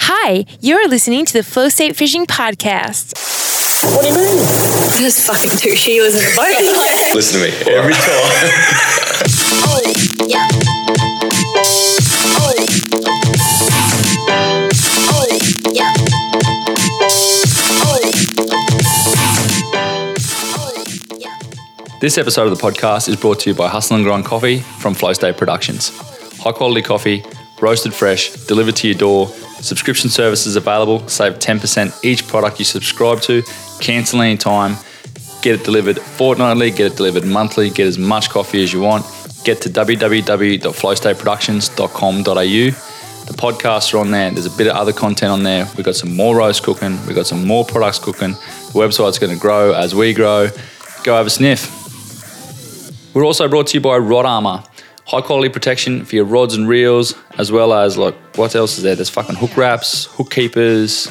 Hi, you're listening to the Flow State Fishing Podcast. What do you mean? There's fucking two Sheilas in the boat. Listen to me. Every time. This episode of the podcast is brought to you by Hustle and Grind Coffee from Flow State Productions. High quality coffee, roasted fresh, delivered to your door. Subscription services available. Save 10% each product you subscribe to. Cancel any time. Get it delivered fortnightly, get it delivered monthly, get as much coffee as you want. Get to www.flowstateproductions.com.au. The podcasts are on there. There's a bit of other content on there. We've got some more roast cooking. We've got some more products cooking. The website's going to grow as we grow. Go have a sniff. We're also brought to you by Rod Armor. High quality protection for your rods and reels, as well as like what else is there? There's fucking hook wraps, hook keepers.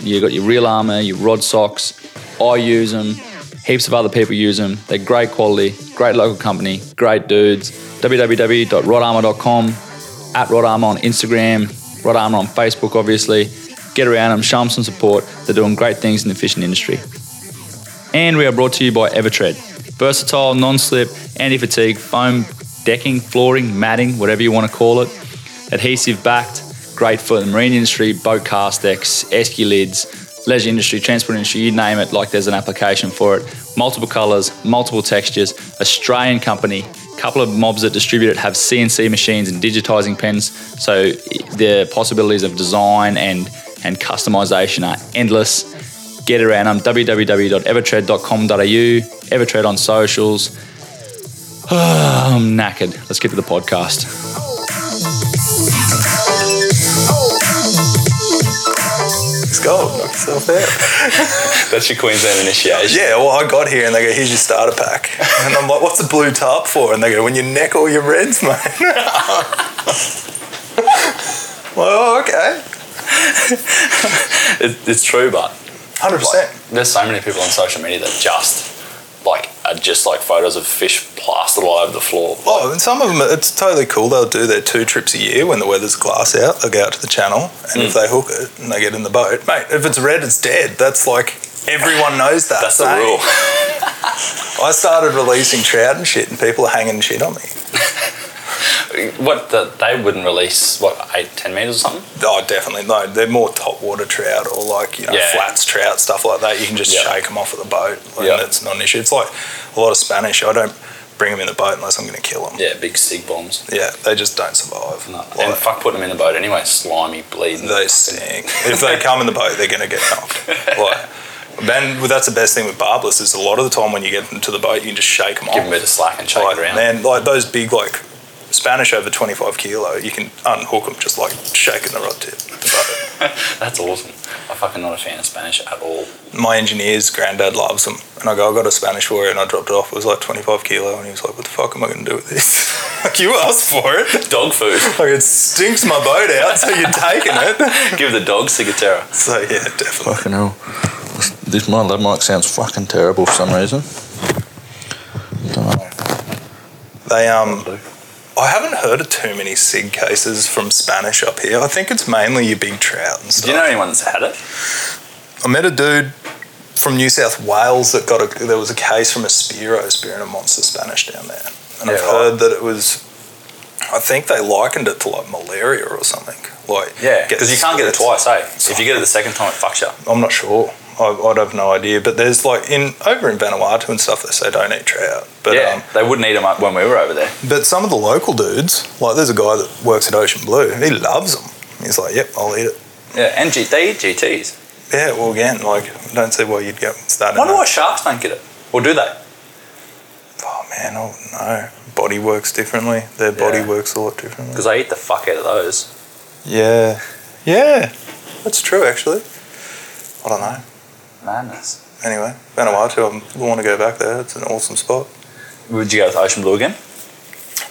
You got your reel armor, your rod socks. I use them. Heaps of other people use them. They're great quality, great local company, great dudes. www.rodarmor.com, at Rod Armor on Instagram, Rod Armor on Facebook, obviously. Get around them, show them some support. They're doing great things in the fishing industry. And we are brought to you by Evertread. Versatile, non slip, anti fatigue, foam decking, flooring, matting, whatever you want to call it. Adhesive backed, great for the marine industry, boat cast decks, esky lids, leisure industry, transport industry, you name it, like there's an application for it. Multiple colours, multiple textures, Australian company. Couple of mobs that distribute it have CNC machines and digitizing pens, so the possibilities of design and and customization are endless get around them. www.evertread.com.au, Evertread on socials. I'm knackered. Let's get to the podcast. Let's go. Knock yourself out. That's your Queensland initiation. Yeah, well, I got here and they go, here's your starter pack. And I'm like, what's a blue tarp for? And they go, when you neck all your reds, mate. well, oh, okay. It, it's true, but 100%. there's so many people on social media that just like are just like photos of fish plastered all over the floor. Oh, and some of them, it's totally cool. They'll do their two trips a year when the weather's glass out. They'll go out to the channel, and Hmm. if they hook it and they get in the boat, mate, if it's red, it's dead. That's like, everyone knows that. That's the mate. rule. I started releasing trout and shit, and people are hanging shit on me. What the, they wouldn't release what eight, ten meters or something. Oh, definitely. No, they're more topwater trout or like, you know, Yeah. flats trout, stuff like that. You can just shake 'em Yeah. shake them off of the boat. Like, Yeah. That's not an issue. It's like a lot of Spanish. I don't bring them in the boat unless I'm going to kill them. Yeah, big sig bombs. Yeah, they just don't survive. No. Like, And fuck putting them in the boat anyway. Slimy, bleeding. they stink. if they come in the boat, they're going to get knocked. Like, then well, that's the best thing with barbless is a lot of the time when you get them to the boat, you can just shake them Give off. them a bit of slack and shake like, it around. Man, like those big like Spanish over 25 kilo, you can unhook them just like shaking the rod tip. of The boat. That's awesome. I'm fucking not a fan of Spanish at all. my engineer's granddad loves them. And I go, I got a Spanish for it and I dropped it off. It was like 25 kilo. And he was like, what the fuck am I going to do with this? like, you asked for it. Dog food. Like, it stinks my boat out, so you're taking it. Give the dog cigatera. So, yeah, definitely. Fucking hell. This my lab mic sounds fucking terrible for some reason. Dunno. They, um, I haven't heard of too many SIG cases from Spanish up here. I think it's mainly your big trout and stuff. Do you know anyone that's had it? I met a dude from New South Wales that got a there was a case from a Spiro spearing a monster Spanish down there, and I've Yeah, right. heard that it was. I think they likened it to like malaria or something. Like Yeah, get because you can't get it split. twice, eh? If you get it the second time, it fucks you. up. I'm not sure. I, I'd have no idea. But there's like in over in Vanuatu and stuff, they say don't eat trout. But yeah, they wouldn't eat them up when we were over there. um, but some of the local dudes, like there's a guy that works at Ocean Blue, he loves them. He's like, yep, I'll eat it. Yeah, and G- they eat GTs. Yeah, well, again, like I don't see why you'd get started. wonder why sharks don't get it. Or do they? Oh man, I wouldn't know. Body works differently. Their body Yeah. works a lot differently. Because they eat the fuck out of those. Yeah. Yeah. That's true, actually. I don't know. Madness. Anyway, Vanuatu, I want to go back there. It's an awesome spot. Would you go with Ocean Blue again?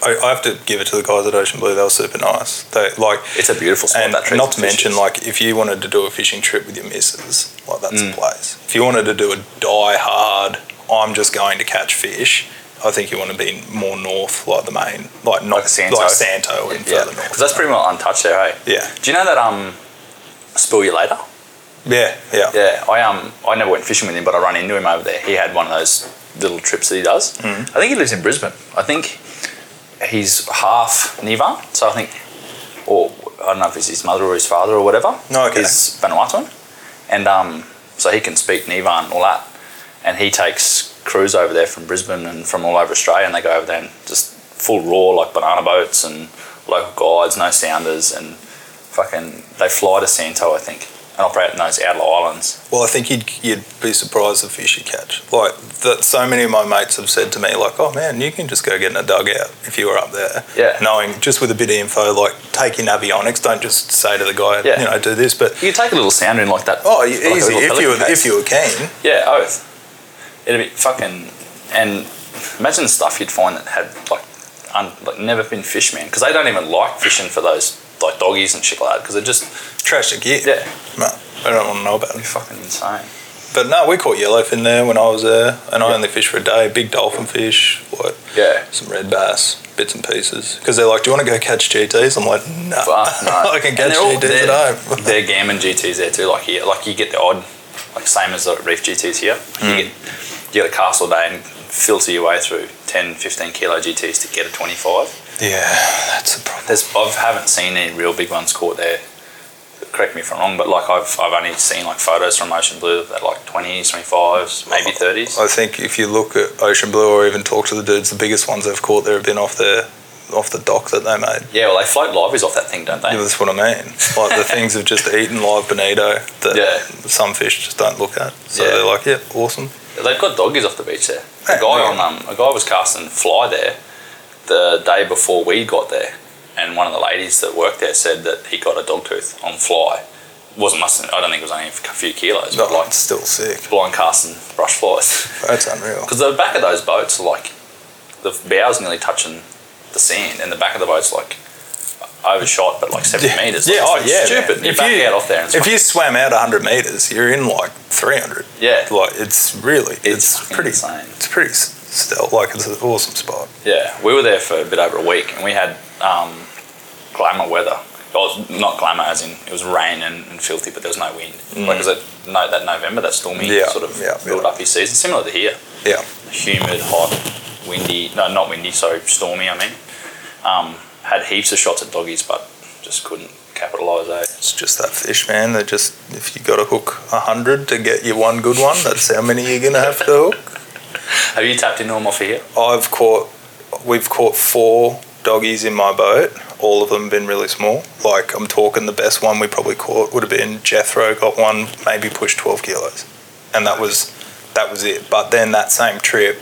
I, I have to give it to the guys at Ocean Blue. They were super nice. They like, It's a beautiful spot. and that trees not and to mention, fishes. like, if you wanted to do a fishing trip with your missus, like, that's the place. If you wanted to do a die hard, I'm just going to catch fish. I think you want to be more north, like the main, like not Like Santo. like Santo and yeah, further north. because that's pretty well untouched there, hey? yeah. Do you know that um, Spill you later. Yeah, yeah. Yeah, I um, I never went fishing with him, but I run into him over there. He had one of those little trips that he does. Mm-hmm. I think he lives in Brisbane. I think he's half Niva, so I think, or I don't know if it's his mother or his father or whatever. Oh, okay. He's Vanuatuan, and um, so he can speak Niva and all that. And he takes crews over there from Brisbane and from all over Australia, and they go over there and just full raw like banana boats and local guides, no sounders, and fucking they fly to Santo, I think, and operate in those outer islands. Well, I think you'd, you'd be surprised the fish you catch. Like, that, so many of my mates have said to me, like, oh man, you can just go get in a dugout if you were up there. Yeah. Knowing just with a bit of info, like, take in avionics. Don't just say to the guy, Yeah. you know, do this. But, You could take a little sound in like that. oh, like a easy. little If you, pelican were, case. if you were keen, yeah, oath. It'd be fucking and imagine the stuff you'd find that had like, un, like never been fished, man. Because they don't even like fishing for those like doggies and shit like that. Because they're just trash the gear. yeah, No, I don't want to know about it. fucking insane. But no, we caught yellowfin there when I was there, and I only fished for a day. Big dolphin fish, what? Yeah. Some red bass, bits and pieces. Because they're like, "Do you want to go catch GTs?" I'm like, "No, Fuck no. I can And catch they're all- GTs they're- at home." They're gammon GTs there too. Like here, like you get the odd, like same as the reef GTs here. You get you get a cast all day and filter your way through 10, 15 kilo GTs to get a twenty five. yeah, that's a problem. There's, I haven't seen any real big ones caught there. Correct me if I'm wrong, but like I've, I've only seen like photos from Ocean Blue that like 20s, 25s, maybe 30s. I think if you look at Ocean Blue or even talk to the dudes, the biggest ones they've caught there have been off their off the dock that they made. Yeah, well, they float liveries off that thing, don't they? Yeah, that's what I mean. Like the things have just eaten live bonito that Yeah. some fish just don't look at. So Yeah. they're like, "Yeah, awesome." They've got doggies off the beach there. A Yeah, guy yeah. on um, a guy was casting fly there the day before we got there, and one of the ladies that worked there said that he got a dog tooth on fly. Wasn't must I don't think it was only a few kilos, but But like, like still sick. blind casting brush flies. That's unreal. Because the back of those boats are like the bow's nearly touching the sand, and the back of the boat's like overshot, but like seventy Yeah. meters. Yeah, Like, oh, it's yeah, stupid. man. You If back you- out off there, and it's If you swam out 100 meters, you're in like 300. fucking- yeah, Like it's really, it's, fucking pretty, insane. it's pretty s- still like it's an awesome spot. Yeah, we were there for a bit over a week, and we had um, glamour weather. Well, not glamour, as in it was rain and, and filthy, but there was no wind. Like, 'cause that, no, that November, that stormy Mm. Yeah, sort of yeah, build yeah. up your season, similar to here. Yeah. humid, hot, windy. No, not windy. So stormy. I mean, um, had heaps of shots at doggies, but just couldn't capitalise. Eh? It's just that fish, man. They just, if you got to hook 100 to get your one good one, that's how many you're going to have to hook. Have you tapped into them off here? I've caught, we've caught four doggies in my boat. All of them been really small. Like I'm talking, the best one we probably caught would have been Jethro. Got one, maybe pushed twelve kilos, and that was that was it. But then that same trip,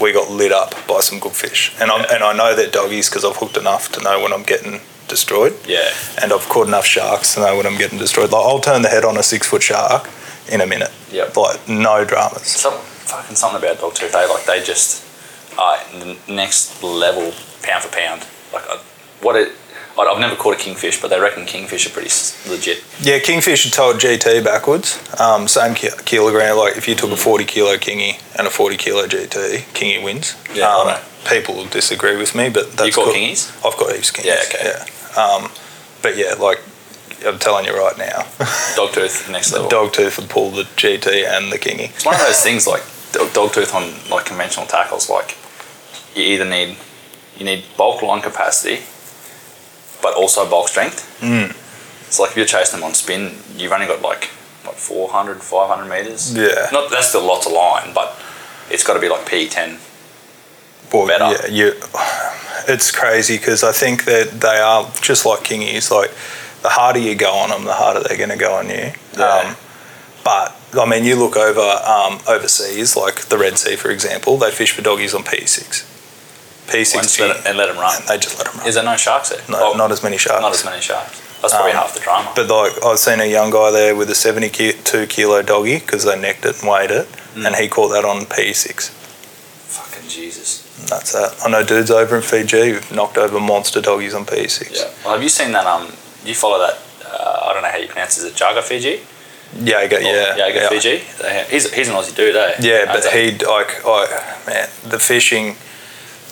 we got lit up by some good fish, and I'm and I know they're doggies because I've hooked enough to know when I'm getting destroyed, Yeah. and I've caught enough sharks to know when I'm getting destroyed. Like I'll turn the head on a six foot shark in a minute. Yep. Like no dramas. Some fucking something about dog tooth. They like they just are the next level, pound for pound. Like I, what it. I- I've never caught a kingfish, but they reckon kingfish are pretty s- legit. Yeah, kingfish are told GT backwards. Um, same ki- kilogram. Like if you Mm. took a forty kilo kingy and a forty kilo GT, kingy wins. Yeah, um, right. People will disagree with me, but that's You caught cool. kingies? I've got heaps of kingies. Yeah, okay. Yeah. Um, but yeah, like I'm telling you right now, Dog tooth, next level. dog tooth would pull the GT and the kingy. It's one of those things like dog, dog tooth on like conventional tackles. Like you either need you need bulk line capacity, but also bulk strength. Mm. It's like if you're chasing them on spin, you've only got like what 400, 500 meters. Yeah. Not that's still lots of line, but it's got to be like P10. Boy, Yeah, better. you, it's crazy because I think that they are just like kingies. Like the harder you go on them, the harder they're going to go on you. Yeah. Um, but I mean, you look over um, overseas, like the Red Sea, for example. They fish for doggies on P6, Once P6, let it- and let them run. and they just let them run. Is there no sharks there? No, Oh, not as many sharks. not as many sharks. That's probably Um, half the drama. But like I've seen a young guy there with a 72 kilo doggy because they necked it and weighed it, Mm. and he caught that on P6. Fucking Jesus. And That's that. I know dudes over in Fiji who've knocked over monster doggies on P6. Yeah. Well, have you seen that? Um, you follow that? Uh, I don't know how you pronounce it. Is it Jaga Fiji? Yeah, I got yeah, Jaga Oh, Fiji. They- He's, he's an Aussie dude, eh? Yeah, That's but a- he like I man the fishing.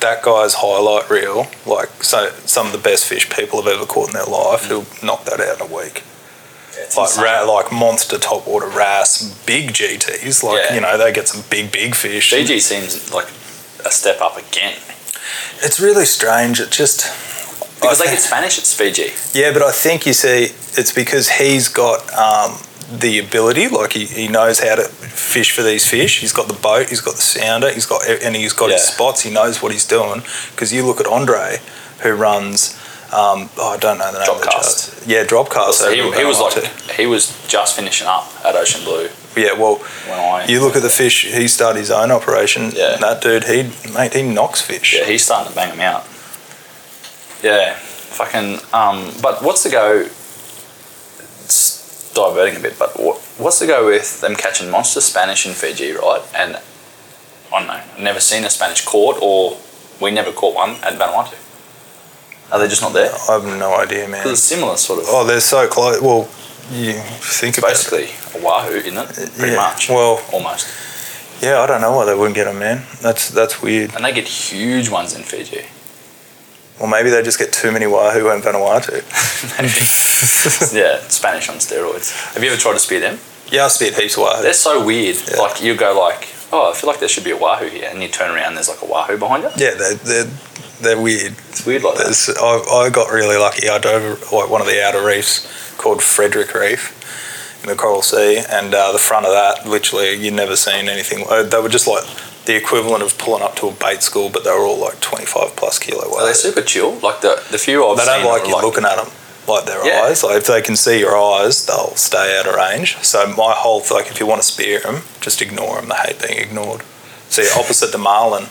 That guy's highlight reel, like so, some of the best fish people have ever caught in their life. He'll knock that out in a week. Mm. It's like insane. ra- like monster top water ras, big GTs. Like Yeah. you know, they get some big big fish. Fiji seems like a step up again It's really strange. It just because I like thi- it's Spanish, it's Fiji. yeah, but I think you see, it's because he's got um, the ability. Like he, he knows how to fish for these fish. He's got the boat. He's got the sounder. He's got e, and he's got his Yeah. spots. He knows what he's doing. Because you look at Andre, who runs. Um, oh, I don't know the name. of the Dropcast. chart. Yeah, Dropcast. So he, he was Overnight. like he was just finishing up at Ocean Blue yeah. Well, when I you look at the fish. He started his own operation. Yeah. And that dude, he mate, he knocks fish. Yeah, he's starting to bang them out. Yeah, fucking. Um, but what's the go? It's diverting a bit, but what, what's the go with them catching monster Spanish in Fiji, right? And I don't know, I've never seen a Spanish caught, or we never caught one at Vanuatu. Are they just not there? I have no idea, man. 'Cause it's similar, sort of. Oh, they're so close. Well, you think about it. Basically, a wahoo, isn't it? Pretty Uh, Yeah, much. Well, Almost. yeah, I don't know why they wouldn't get them, man. That's that's weird. And they get huge ones in Fiji. Well, maybe they just get too many wahoo and Vanuatu. yeah, Spanish on steroids. Have you ever tried to spear them? Yeah, I spit heaps of wahoo. They're so weird. Yeah. Like you go like, oh, I feel like there should be a wahoo here, and you turn around, and there's like a wahoo behind you. Yeah, they're they're, they're weird. It's weird like that. There's, I, I got really lucky. I dove like one of the outer reefs called Frederick Reef in the Coral Sea, and uh, the front of that, literally, you never seen anything. uh, They were just like the equivalent of pulling up to a bait school, but they were all like 25 plus kilo Are they weight. super chill? Like the the few I've They don't seen like are you looking at them, like their Yeah. eyes. Like if they can see your eyes, they'll stay out of range. So my whole like, if you want to spear them, just ignore them. They hate being ignored. See, opposite to marlin.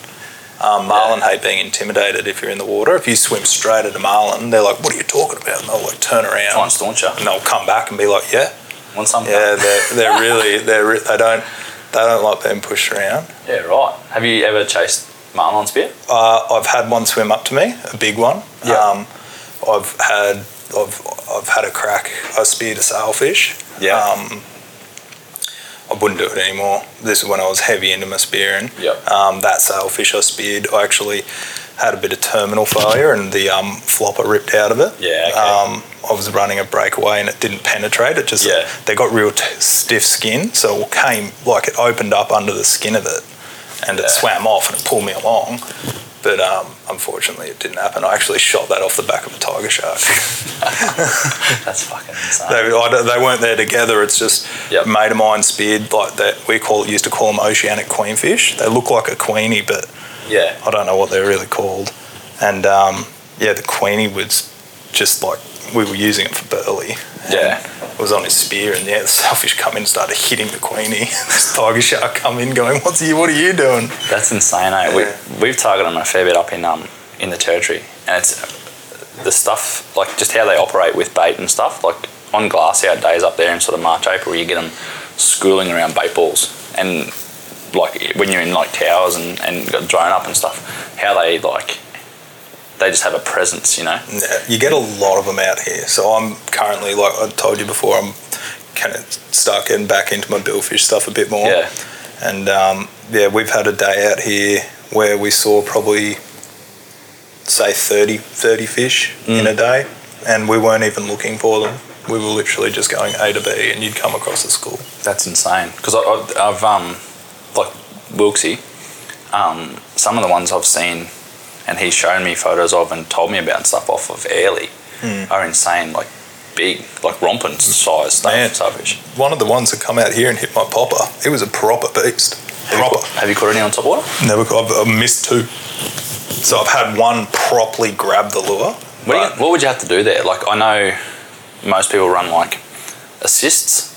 Um, marlin hate being intimidated if you're in the water. If you swim straight at a marlin, they're like, "What are you talking about?" And they'll like turn Try and around staunch you. and they'll come back and be like, "Yeah, Want some? yeah." They're, they're really they're re- they don't they don't like being pushed around. Yeah, right. Have you ever chased marlin on spear? Uh, I've had one swim up to me, a big one. Yeah. Um, I've had I've I've had a crack. I speared a sailfish. Um, I wouldn't do it anymore. This is when I was heavy into my spearing. Yeah. Um, that sailfish I speared, I actually had a bit of terminal failure and the um, flopper ripped out of it. Yeah, okay. Um, I was running a breakaway and it didn't penetrate. It just Yeah. they got real t- stiff skin, so it came like it opened up under the skin of it, and it Yeah. swam off and it pulled me along. But um, unfortunately, it didn't happen. I actually shot that off the back of a tiger shark. Oh, That's fucking insane. they, I don't- they weren't there together. It's just Yep. a mate of mine speared like that. We call used to call them oceanic queenfish. They look like a queenie, but yeah. I don't know what they're really called. And um, yeah, the queenie was just like we were using it for burley. Yeah. It was on his spear, and yeah, the selfish come in and started hitting the queenie. this tiger shark come in, going, "What's you? What are you doing?" That's insane, eh? Yeah. We, we've targeted them a fair bit up in um in the territory, and it's uh, the stuff like just how they operate with bait and stuff. Like on glass out days up there in sort of March, April, you get them schooling around bait balls, and like when you're in like towers and and got drone up and stuff, how they like they just have a presence, you know. Yeah, you get a lot of them out here. So I'm currently, like I told you before, I'm kind of start getting back into my billfish stuff a bit more. Yeah, And um, yeah, we've had a day out here where we saw probably, say, 30, 30 fish in a day, and we weren't even looking for them. We were literally just going A to B, and you'd come across the school. that's insane. Because I, I, I've um like Wilksy, um some of the ones I've seen, and he's shown me photos of and told me about and stuff off of Airly. Hmm. are insane, like big, like romping size stuff. Man. Starfish. One of the ones that come out here and hit my popper, it was a proper beast. Proper. Have you caught any on top water? Never. I've, I've missed two. So I've had one properly grab the lure. What, do you- what would you have to do there? Like I know most people run like assists,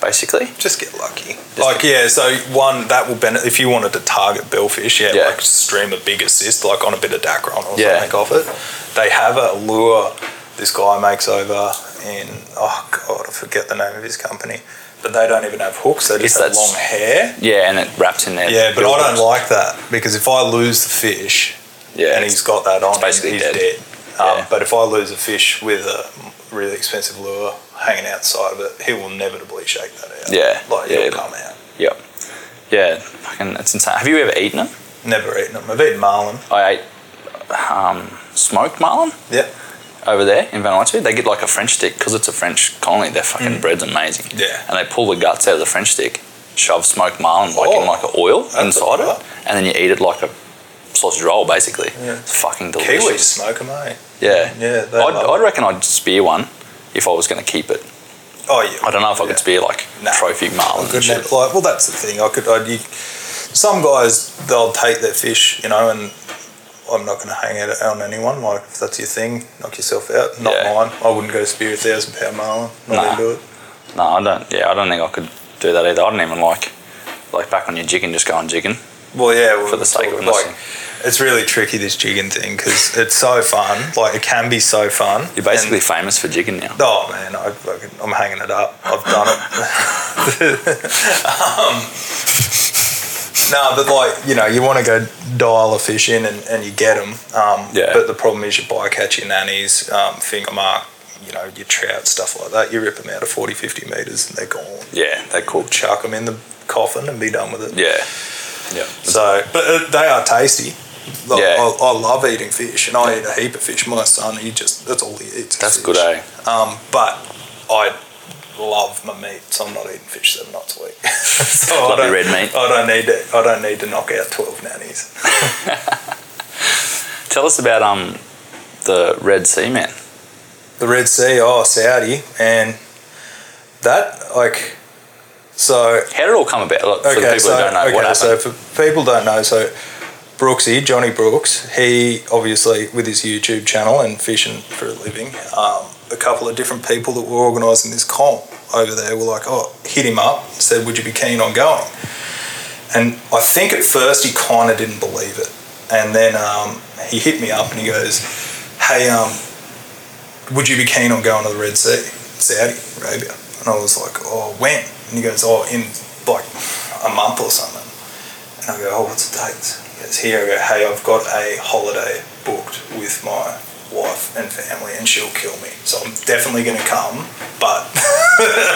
basically. Just get lucky. like yeah, so one that will benefit if you wanted to target billfish. Yeah, Yeah. like stream a big assist, like on a bit of dacron or Yeah. something off it. They have a lure. This guy makes over in oh god, I forget the name of his company, but they don't even have hooks. They Yes, just have that's- long hair. Yeah, and it wraps in there. Yeah, but I don't like that because if I lose the fish Yeah, and he's got that on, basically he's dead. dead. Um, Yeah. But if I lose a fish with a really expensive lure hanging outside of it, he will inevitably shake that out. Yeah, like yeah. he'll come out. Yep. Yeah, fucking, it's insane. Have you ever eaten them? Never eaten them. I've eaten marlin. I ate um, smoked marlin. Yep. over there in Vanuatu, they get like a French stick because it's a French colony. Their fucking Mm. bread's amazing. Yeah. And they pull the guts out of the French stick, shove smoked marlin like Oh, in like an oil that's inside a- it, and then you eat it like a sausage roll basically. Yeah. It's fucking delicious. Kiwis smoke them, eh? Yeah. Yeah, I'd, they love I'd reckon I'd spear one if I was going to keep it. Oh yeah. I don't know if I could spear like Nah. trophy marlin. I and could shit. never, like, well, that's the thing. I could. I'd, you, some guys they'll take their fish, you know, and I'm not going to hang it on anyone. Like if that's your thing, knock yourself out. Not Yeah. mine. I wouldn't go spear a thousand pound marlin. Not Nah. into it. No, I don't. Yeah, I don't think I could do that either. I don't even like like back on your jigging, just going jigging. Well, yeah. we For the were sake of talking, nothing. it's really tricky this jigging thing because it's so fun. Like it can be so fun. You're basically And- famous for jigging now. Oh man, I, fucking I'm hanging it up. I've done it. um, no, but like you know, you want to go dial a fish in and, and you get them. Um, Yeah. But the problem is your bycatch, your nannies, um, finger mark, you know, your trout stuff like that. You rip them out of 40, 50 meters and they're gone. Yeah, they cool. Chuck them in the coffin and be done with it. Yeah, yeah. So, but uh, they are tasty. Like, Yeah. I, I love eating fish, and I eat a heap of fish. My son, he just that's all he eats. is That's fish. good, eh? Um, but I love my meat, so I'm not eating fish seven nights a week. so I Lovely don't- red meat. I don't need to. I don't need to knock out twelve nannies. Tell us about um the Red Sea man. The Red Sea, oh Saudi, and that like, so How did it all come about? Like, for the people who don't know, what happened? so for people who don't know, so Brooksy, Johnny Brooks, he obviously with his YouTube channel and fishing for a living, um, a couple of different people that were organising this comp over there were like, oh, hit him up, said, would you be keen on going? And I think at first he kind of didn't believe it, and then um, he hit me up and he goes, hey, um, would you be keen on going to the Red Sea, Saudi Arabia? And I was like, oh, when? And he goes, oh, in like a month or something. And I go, oh, what's the date? He goes, here. I go, hey, I've got a holiday booked with my wife and family and she'll kill me. So I'm definitely going to come, but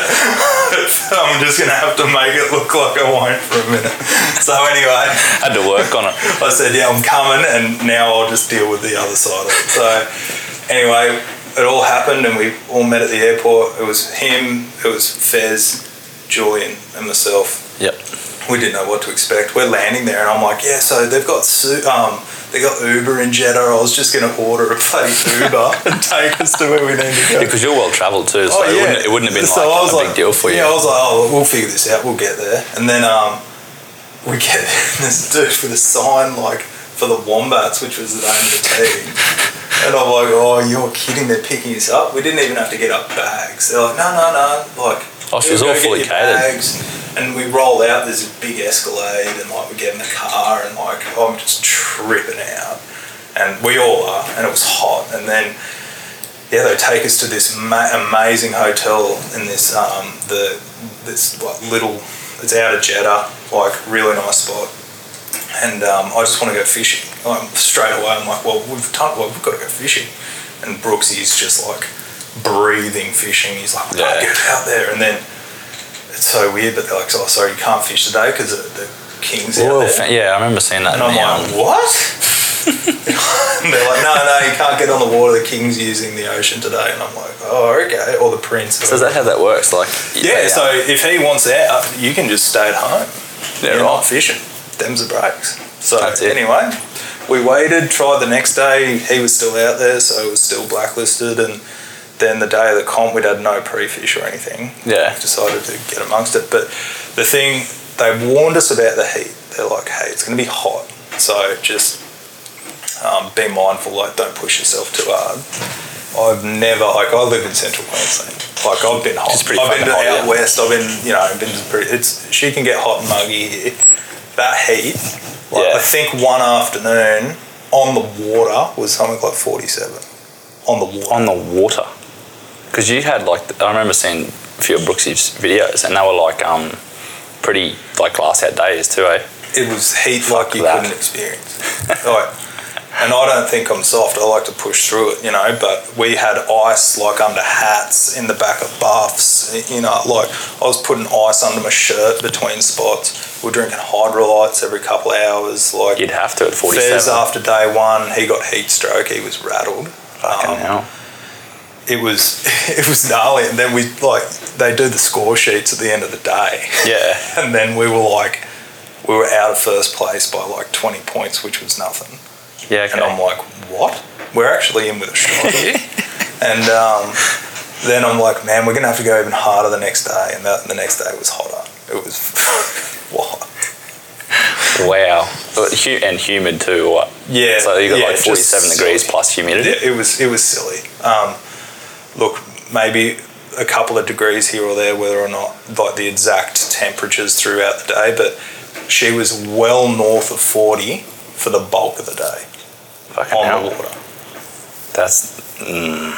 I'm just going to have to make it look like I won't for a minute. So anyway, Had to work on it. I said, yeah, I'm coming, and now I'll just deal with the other side of it. So, anyway, it all happened, and we all met at the airport. It was him, it was Fez, Julian, and myself. Yep. We didn't know what to expect. We're landing there, and I'm like, yeah, so they've got su- um, they got Uber in Jeddah. I was just going to order a bloody Uber and take us to where we need to go. Because you're well travelled too, so Oh, it, yeah. wouldn't, it wouldn't have been So like I a was big deal for you. Yeah, I was like, oh, we'll figure this out. We'll get there. And then um, we get this dude with a sign like for the wombats, which was the name of the team. and I'm like, oh, you're kidding? They're picking us up. We didn't even have to get up bags. They're like, no, no, no. Like, Oh, she was "Go all get fully your catered. Bags. And we roll out. There's a big Escalade, and like we get in the car, and like oh, I'm just tripping out. And we all are, and it was hot. And then yeah, they take us to this ma- amazing hotel in this um, the this like little it's out of Jeddah, like really nice spot. And um, I just want to go fishing. Um, straight away, I'm like, well, we've done, well, we've got to go fishing. And Brooksy's just like breathing fishing. He's like, yeah. Yeah. get out there. And then it's so weird, but they're like, oh, sorry, you can't fish today because the, the king's out Royal there. fa- yeah, I remember seeing that. And in I'm like, the, um, what? and they're like, no, no, you can't get on the water. The king's using the ocean today. And I'm like, oh, okay. Or the prince. so is that how that works? Like, yeah, they, so um, if he wants out, uh, you can just stay at home. Yeah, You're not right. fishing. Them's the breaks. So That's it. anyway, we waited, tried the next day. He was still out there, so it was still blacklisted. And then the day of the comp, we'd had no pre-fish or anything yeah, decided to get amongst it. But the thing, they warned us about the heat. They're like, hey, it's going to be hot. So just um, be mindful, like, don't push yourself too hard. I've never, like, I live in central Queensland. Like, I've been hot. It's pretty I've been to fucking out hot, yeah. west. I've been, you know, I've been to pretty, it's, she can get hot and muggy here. That heat, like, Yeah. I think one afternoon on the water was something like 47. On the water. on the water. Because you had like, I remember seeing a few of Brooksy's videos, and they were like, um, pretty like glass out days too, eh? it was heat like you that. couldn't experience. like, and I don't think I'm soft. I like to push through it, you know. But we had ice like under hats in the back of baths, you know. Like I was putting ice under my shirt between spots. We're drinking hydrolytes every couple of hours. Like You'd have to at Fez 47. after day one, he got heat stroke. He was rattled. Fucking Um, hell. it was it was gnarly. And then we like they do the score sheets at the end of the day, Yeah. and then we were like we were out of first place by like twenty points, which was nothing. Yeah. Okay. And I'm like, what? We're actually in with a shot. and um, then I'm like, man, we're gonna have to go even harder the next day. And that, the next day was hotter. It was what? wow. But hu- And humid too, or what? Yeah. So you got yeah, like just 47 degrees silly. plus humidity. Yeah, it was it was silly. Um, look, maybe a couple of degrees here or there, whether or not like the exact temperatures throughout the day, but she was well north of forty for the bulk of the day Fucking on hell. the water. That's mm,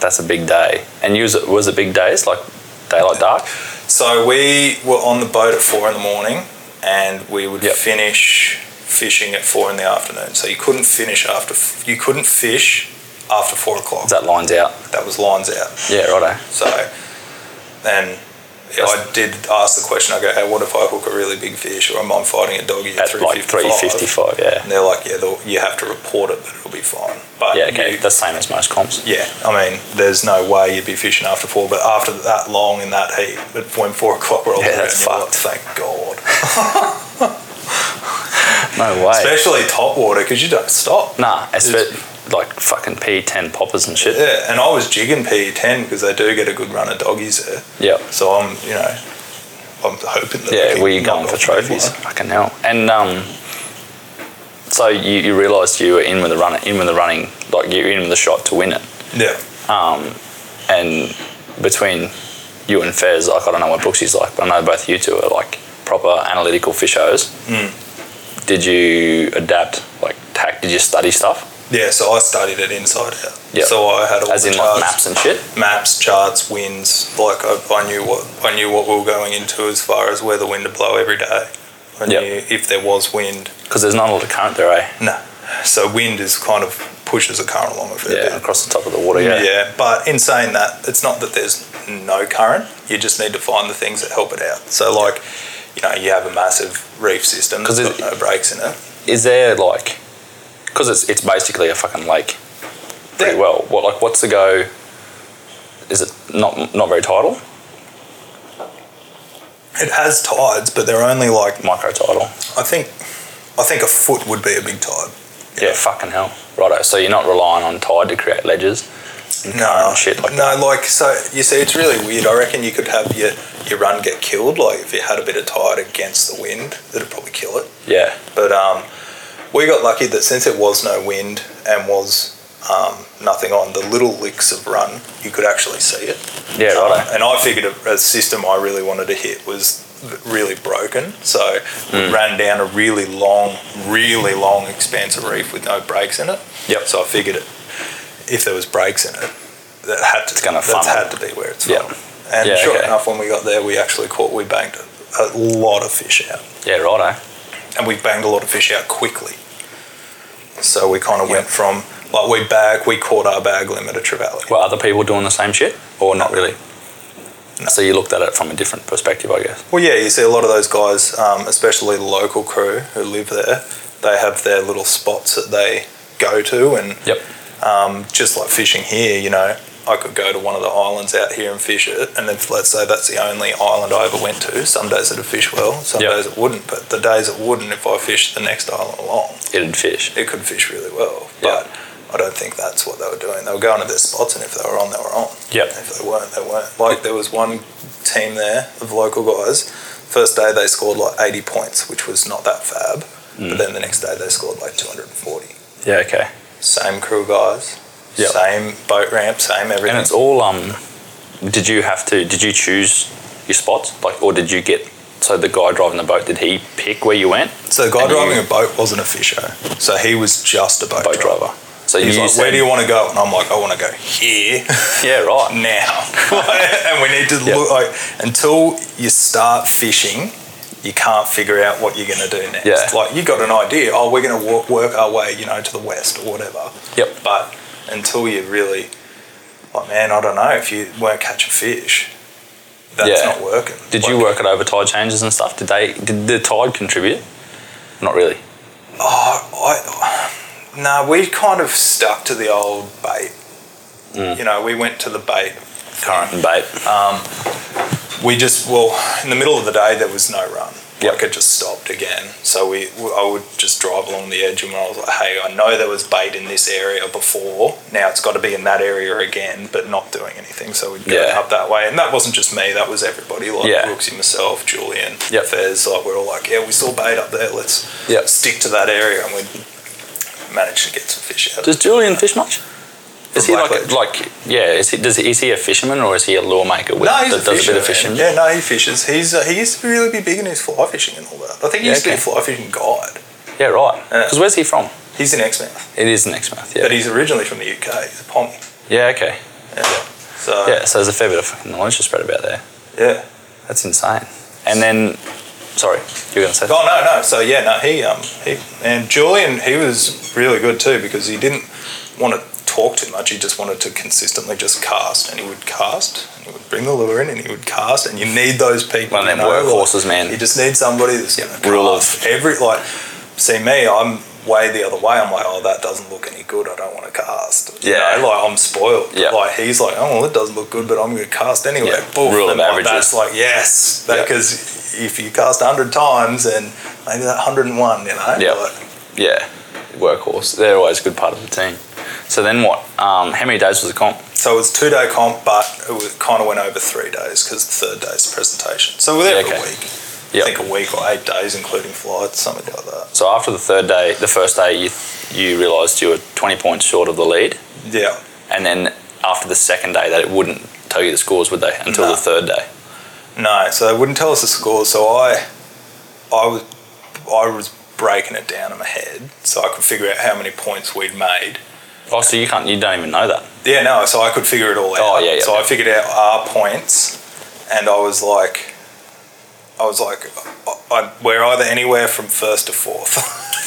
that's a big day. And you was it, was it big days like daylight dark? So we were on the boat at four in the morning, and we would Yep. finish fishing at four in the afternoon. So you couldn't finish after f- you couldn't fish after four o'clock. Is that lines out? that was lines out. Yeah, righto. So then I did ask the question. I go, hey, what if I hook a really big fish or am I fighting a doggy at At like 355? 355. Yeah. And they're like, yeah, they'll- you have to report it, but it'll be fine. But Yeah. Okay. you- That's same as most comps. yeah, I mean, there's no way you'd be fishing after four, but after that long in that heat, but when four o'clock rolled Yeah, around, that's you're like, thank God. No way. Especially top water because you don't stop. nah. Espe- like fucking P10 poppers and shit. Yeah, and I was jigging PE10 because they do get a good run of doggies there. Yeah. So I'm, you know, I'm hoping that. they Yeah, can were you knock going for off the big trophies? one. Fucking hell. And um, so you, you realised you were in with the runner, in with the running, like you're in with the shot to win it. Yeah. Um, and between you and Fez, like I don't know what Brooksy's like, but I know both you two are like proper analytical fishos. Did you adapt like tact? Did you study stuff Yeah, so I studied it inside out. Yeah. So I had all as the in like charts, maps and shit? maps, charts, winds. Like I, I knew what I knew what we were going into as far as where the wind would blow every day. I Yeah. knew if there was wind. Because there's not a lot of current there, eh? No. So wind is kind of pushes the current along a fair Yeah, bit. across the top of the water. Yeah. Yeah. but in saying that, it's not that there's no current. You just need to find the things that help it out. So, like, you know, you have a massive reef system that's 'Cause got it- no breaks in it. Is there like, because it's it's basically a fucking lake. pretty Yeah. well. What like what's the go? Is it not not very tidal? It has tides, but they're only like Micro tidal. I think, I think a foot would be a big tide. Yeah. fucking hell. Righto. So you're not relying on tide to create ledges. No, and shit like no, like so. You see, it's really weird. I reckon you could have your your run get killed. Like if you had a bit of tide against the wind, that'd probably kill it. Yeah. But um, we got lucky that since it was no wind and was um, nothing on the little licks of run, you could actually see it. Yeah. Um, Righto. and I figured a, a system I really wanted to hit was really broken. So Mm. we ran down a really long, really long expanse of reef with no breaks in it. Yep. So I figured it, if there was breaks in it, that had to It's gonna that's funnel. had to be where it's Yep. from. And Yeah, sure okay. enough, when we got there, we actually caught we banked a, a lot of fish out, Yeah. Righto. and we banged a lot of fish out quickly. So we kind of went from like we bag we caught our bag limit at Trevally. Were other people doing the same shit or not really? So you looked at it from a different perspective, I guess. Well, yeah, you see a lot of those guys, um, especially the local crew who live there, they have their little spots that they go to. And Yep. um, just like fishing here, you know, I could go to one of the islands out here and fish it. And if, let's say that's the only island I ever went to, some days it'd fish well, some Yep. days it wouldn't. But the days it wouldn't, if I fished the next island along, It'd fish. it could fish really well. Yep. But I don't think that's what they were doing. They were going to their spots, and if they were on, they were on. Yep. If they weren't, they weren't. Like there was one team there of local guys. First day they scored like 80 points, which was not that fab. But then the next day they scored like 240. Yeah. Okay. Same crew guys, Yep. same boat ramp, same everything. And it's all um. Did you have to? Did you choose your spots? Like, or did you get? So the guy driving the boat, did he pick where you went? so the guy and driving you- a boat wasn't a fisher, so he was just a boat, Boat driver. driver. So you He's like, said- "Where do you want to go?" And I'm like, "I want to go here." Yeah. Right. now. and we need to Yeah. look like until you start fishing, you can't figure out what you're going to do next. Yeah. Like you got an idea, oh, we're going to work, work our way, you know, to the west or whatever. Yep. But until you really, like, man, I don't know if you weren't catching fish, that's Yeah. not working. Did Like, you work at overtide changes and stuff? Did they? Did the tide contribute? Not really. Oh, I. No, we kind of stuck to the old bait. You know, we went to the bait. Mm. current and bait. Um, We just well in the middle of the day there was no run. Yep. Like it just stopped again. So we I would just drive along the edge and I was like, hey, I know there was bait in this area before. Now it's got to be in that area again, but not doing anything. So we'd go Yeah. up that way, and that wasn't just me. That was everybody. Like Yeah. Brooksy, myself, Julian, Yep. Fez. Like we're all like, yeah, we saw bait up there. Let's Yep. stick to that area, and we managed to get some fish out. Does Julian fish much? Is he From like Blackledge. a, like yeah? Is he does he, is he a fisherman or is he a lawmaker with No, he's that a does fisher, a bit of man. fishing? Yeah, no, he fishes. He's uh, he used to really be big in his fly fishing and all that. I think he Yeah, used to be okay. a fly fishing guide. yeah, right. Yeah. Because where's he from? He's an Exmouth, It is next month. Yeah, but he's originally from the UK. He's a Pommy. yeah, okay, Yeah. So yeah. So there's a fair bit of fucking knowledge to spread about there. yeah. That's insane. And then, sorry, you're gonna say? Oh no, no. So yeah, no. He um he and Julian he was really good too because he didn't want to talk too much. He just wanted to consistently just cast, and he would cast, and he would bring the lure in, and he would cast, and you need those people. One of you them know, workhorses, like, man. You just need somebody that's gonna rule of- cast every like. See me, I'm way the other way. I'm like, oh, that doesn't look any good. I don't want to cast. You Yeah. know, like I'm spoiled. Yeah. Like he's like, oh, well, it doesn't look good, but I'm gonna cast anyway. Yeah. Boom. Rule of And, like, averages. That's like yes, Yeah. because if you cast hundred times, and maybe that hundred and one, you know. Yeah. like- Yeah, workhorse. They're always a good part of the team. So then what? Um, how many days was the comp? so it was two day comp, but it was, kind of went over three days because the third day's presentation. So we we're there Yeah, for okay. a week. Yeah. I think a week or eight days, including flights, something like that. So after the third day, the first day, you you realised you were 20 points short of the lead, Yeah. and then after the second day, that it wouldn't tell you the scores, would they? Until No. the third day. No, so they wouldn't tell us the scores. So I, I was, I was breaking it down in my head so I could figure out how many points we'd made. Oh, so you can't, you don't even know that. Yeah, no, so I could figure it all out. Oh, yeah, yeah, So yeah. I figured out our points, and I was like, I was like, I, I, we're either anywhere from first to fourth.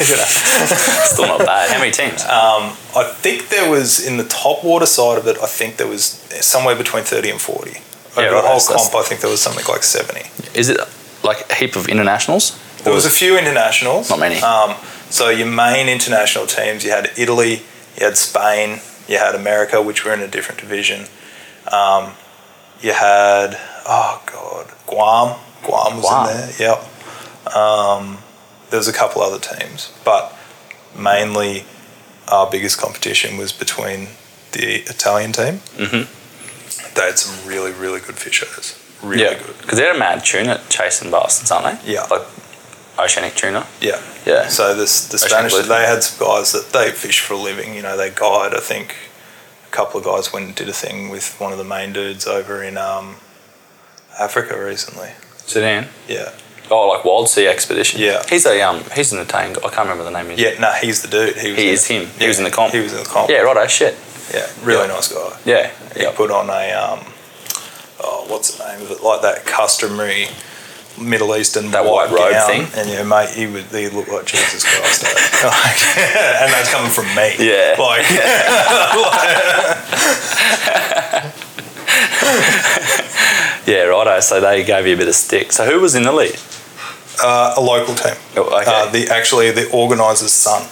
you know? Um, Still not bad. How many teams? I think there was in the top water side of it. I think there was somewhere between thirty and forty. Over Yeah, the right, whole so that's- comp, I think there was something like seventy. Is it like a heap of internationals? There was a few internationals. Not many. Um, so your main international teams, you had Italy, you had Spain, you had America, which were in a different division. Um, you had oh god, Guam. Guam was Guam. in there. Yep. Um, there was a couple other teams, but mainly our biggest competition was between the Italian team. Mhm. They had some really, really good fishers. Really good. Because they're a mad tuna chasing bastards, aren't they? Yeah. Like oceanic tuna. Yeah. Yeah. So this the Ocean Spanish Blue. they had some guys that they fish for a living. You know, they guide. I think a couple of guys went and did a thing with one of the main dudes over in um, Africa recently. Sudan. Yeah. Oh, like Wild Sea Expedition. Yeah. He's a um, he's an Italian. guy. I can't remember the name. Of his. Yeah. No, he's the dude. He, was He in is it. him. He was in the comp. He was in the comp. Yeah. Righto. Shit. Yeah. Really Yeah. nice guy. Yeah. He put on a um, oh, what's the name of it? Like that customary. Middle Eastern That white robe gown. thing? and yeah, mate, he would he looked like Jesus Christ, eh? Like, and that's coming from me. Yeah. like Yeah. Righto. So they gave you a bit of stick. So who was in the lead? Uh, a local team. Oh, okay. Uh, the actually the organiser's son.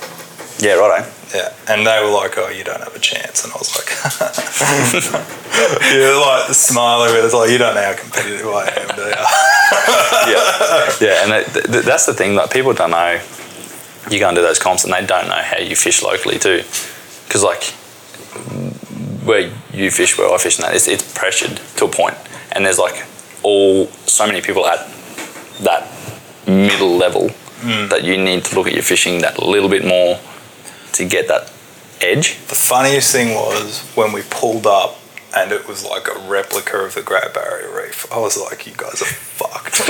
yeah. Righto. Yeah, and they were like, "Oh, you don't have a chance," and I was like, "You're like smiling, but it's like you don't know how competitive I am." Do you? yeah, yeah, and that, th- that's the thing. Like people don't know. You go into those comps and they don't know how you fish locally too, because like where you fish, where I fish, and that it's, it's pressured to a point, and there's like all so many people at that middle level that you need to look at your fishing that little bit more to get that edge. The funniest thing was when we pulled up. And it was like a replica of the Great Barrier Reef. I was like, "You guys are fucked."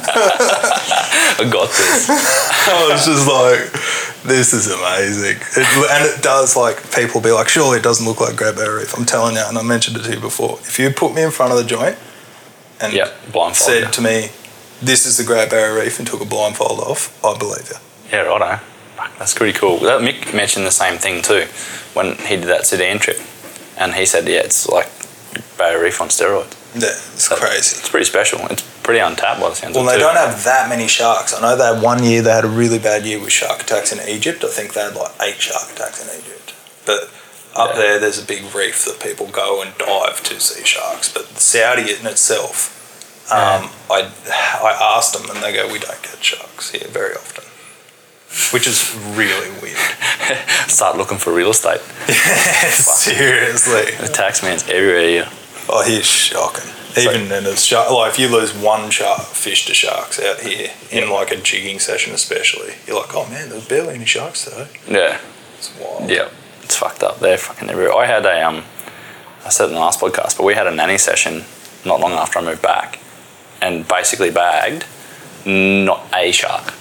I got this. I was just like, "This is amazing," it, and it does. Like people be like, "Surely it doesn't look like Great Barrier Reef." I'm telling you, and I mentioned it to you before. If you put me in front of the joint, and yeah, blindfold. said to me, "This is the Great Barrier Reef," and took a blindfold off, I believe you. Yeah, righto. Fuck, That's pretty cool. That Mick mentioned the same thing too when he did that Sudan trip, and he said, "Yeah, it's like Barrier Reef on steroids. Yeah, it's So crazy. It's pretty special. It's pretty untapped by the sounds Well, of they it. too. don't have that many sharks. I know they had one year they had a really bad year with shark attacks in Egypt. I think they had like eight shark attacks in Egypt. But up Yeah. there, there's a big reef that people go and dive to see sharks. But Saudi in itself, um, I I asked them and they go, we don't get sharks here very often, which is really weird. Start looking for real estate. Seriously, The tax man's everywhere here. oh, he's shocking. Even in a shark, like if you lose one shark fish to sharks out here in like a jigging session, especially, you're like, oh man, there's barely any sharks today. Yeah. It's wild. Yeah, it's fucked up. They're fucking everywhere. I had a um, I said in the last podcast, but we had a nanny session not long after I moved back, and basically bagged not a shark.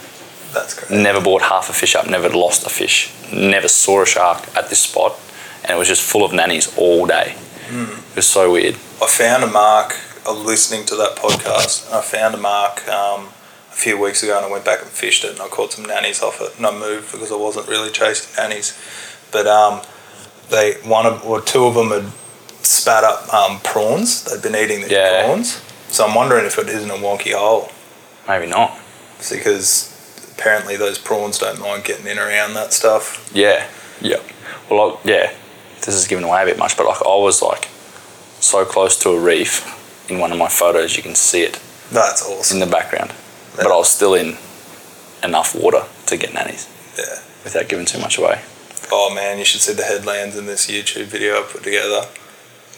That's crazy. Never bought half a fish up. Never lost a fish. Never saw a shark at this spot, and it was just full of nannies all day. It was so weird. I found a mark. I was listening to that podcast, and I found a mark um, a few weeks ago, and I went back and fished it, and I caught some nannies off it, and I moved because I wasn't really chasing nannies. But um, they one of, or two of them had spat up um, prawns. They'd been eating the Yeah. prawns, so I'm wondering if it isn't a wonky hole Maybe not. It's because apparently those prawns don't mind getting in around that stuff. Yeah, yeah. Well, I, yeah, this is giving away a bit much, but like I was like so close to a reef in one of my photos, you can see it. That's in awesome. the background, but I was still in enough water to get nannies Yeah. without giving too much away. Oh man, you should see the headlands in this YouTube video I put together.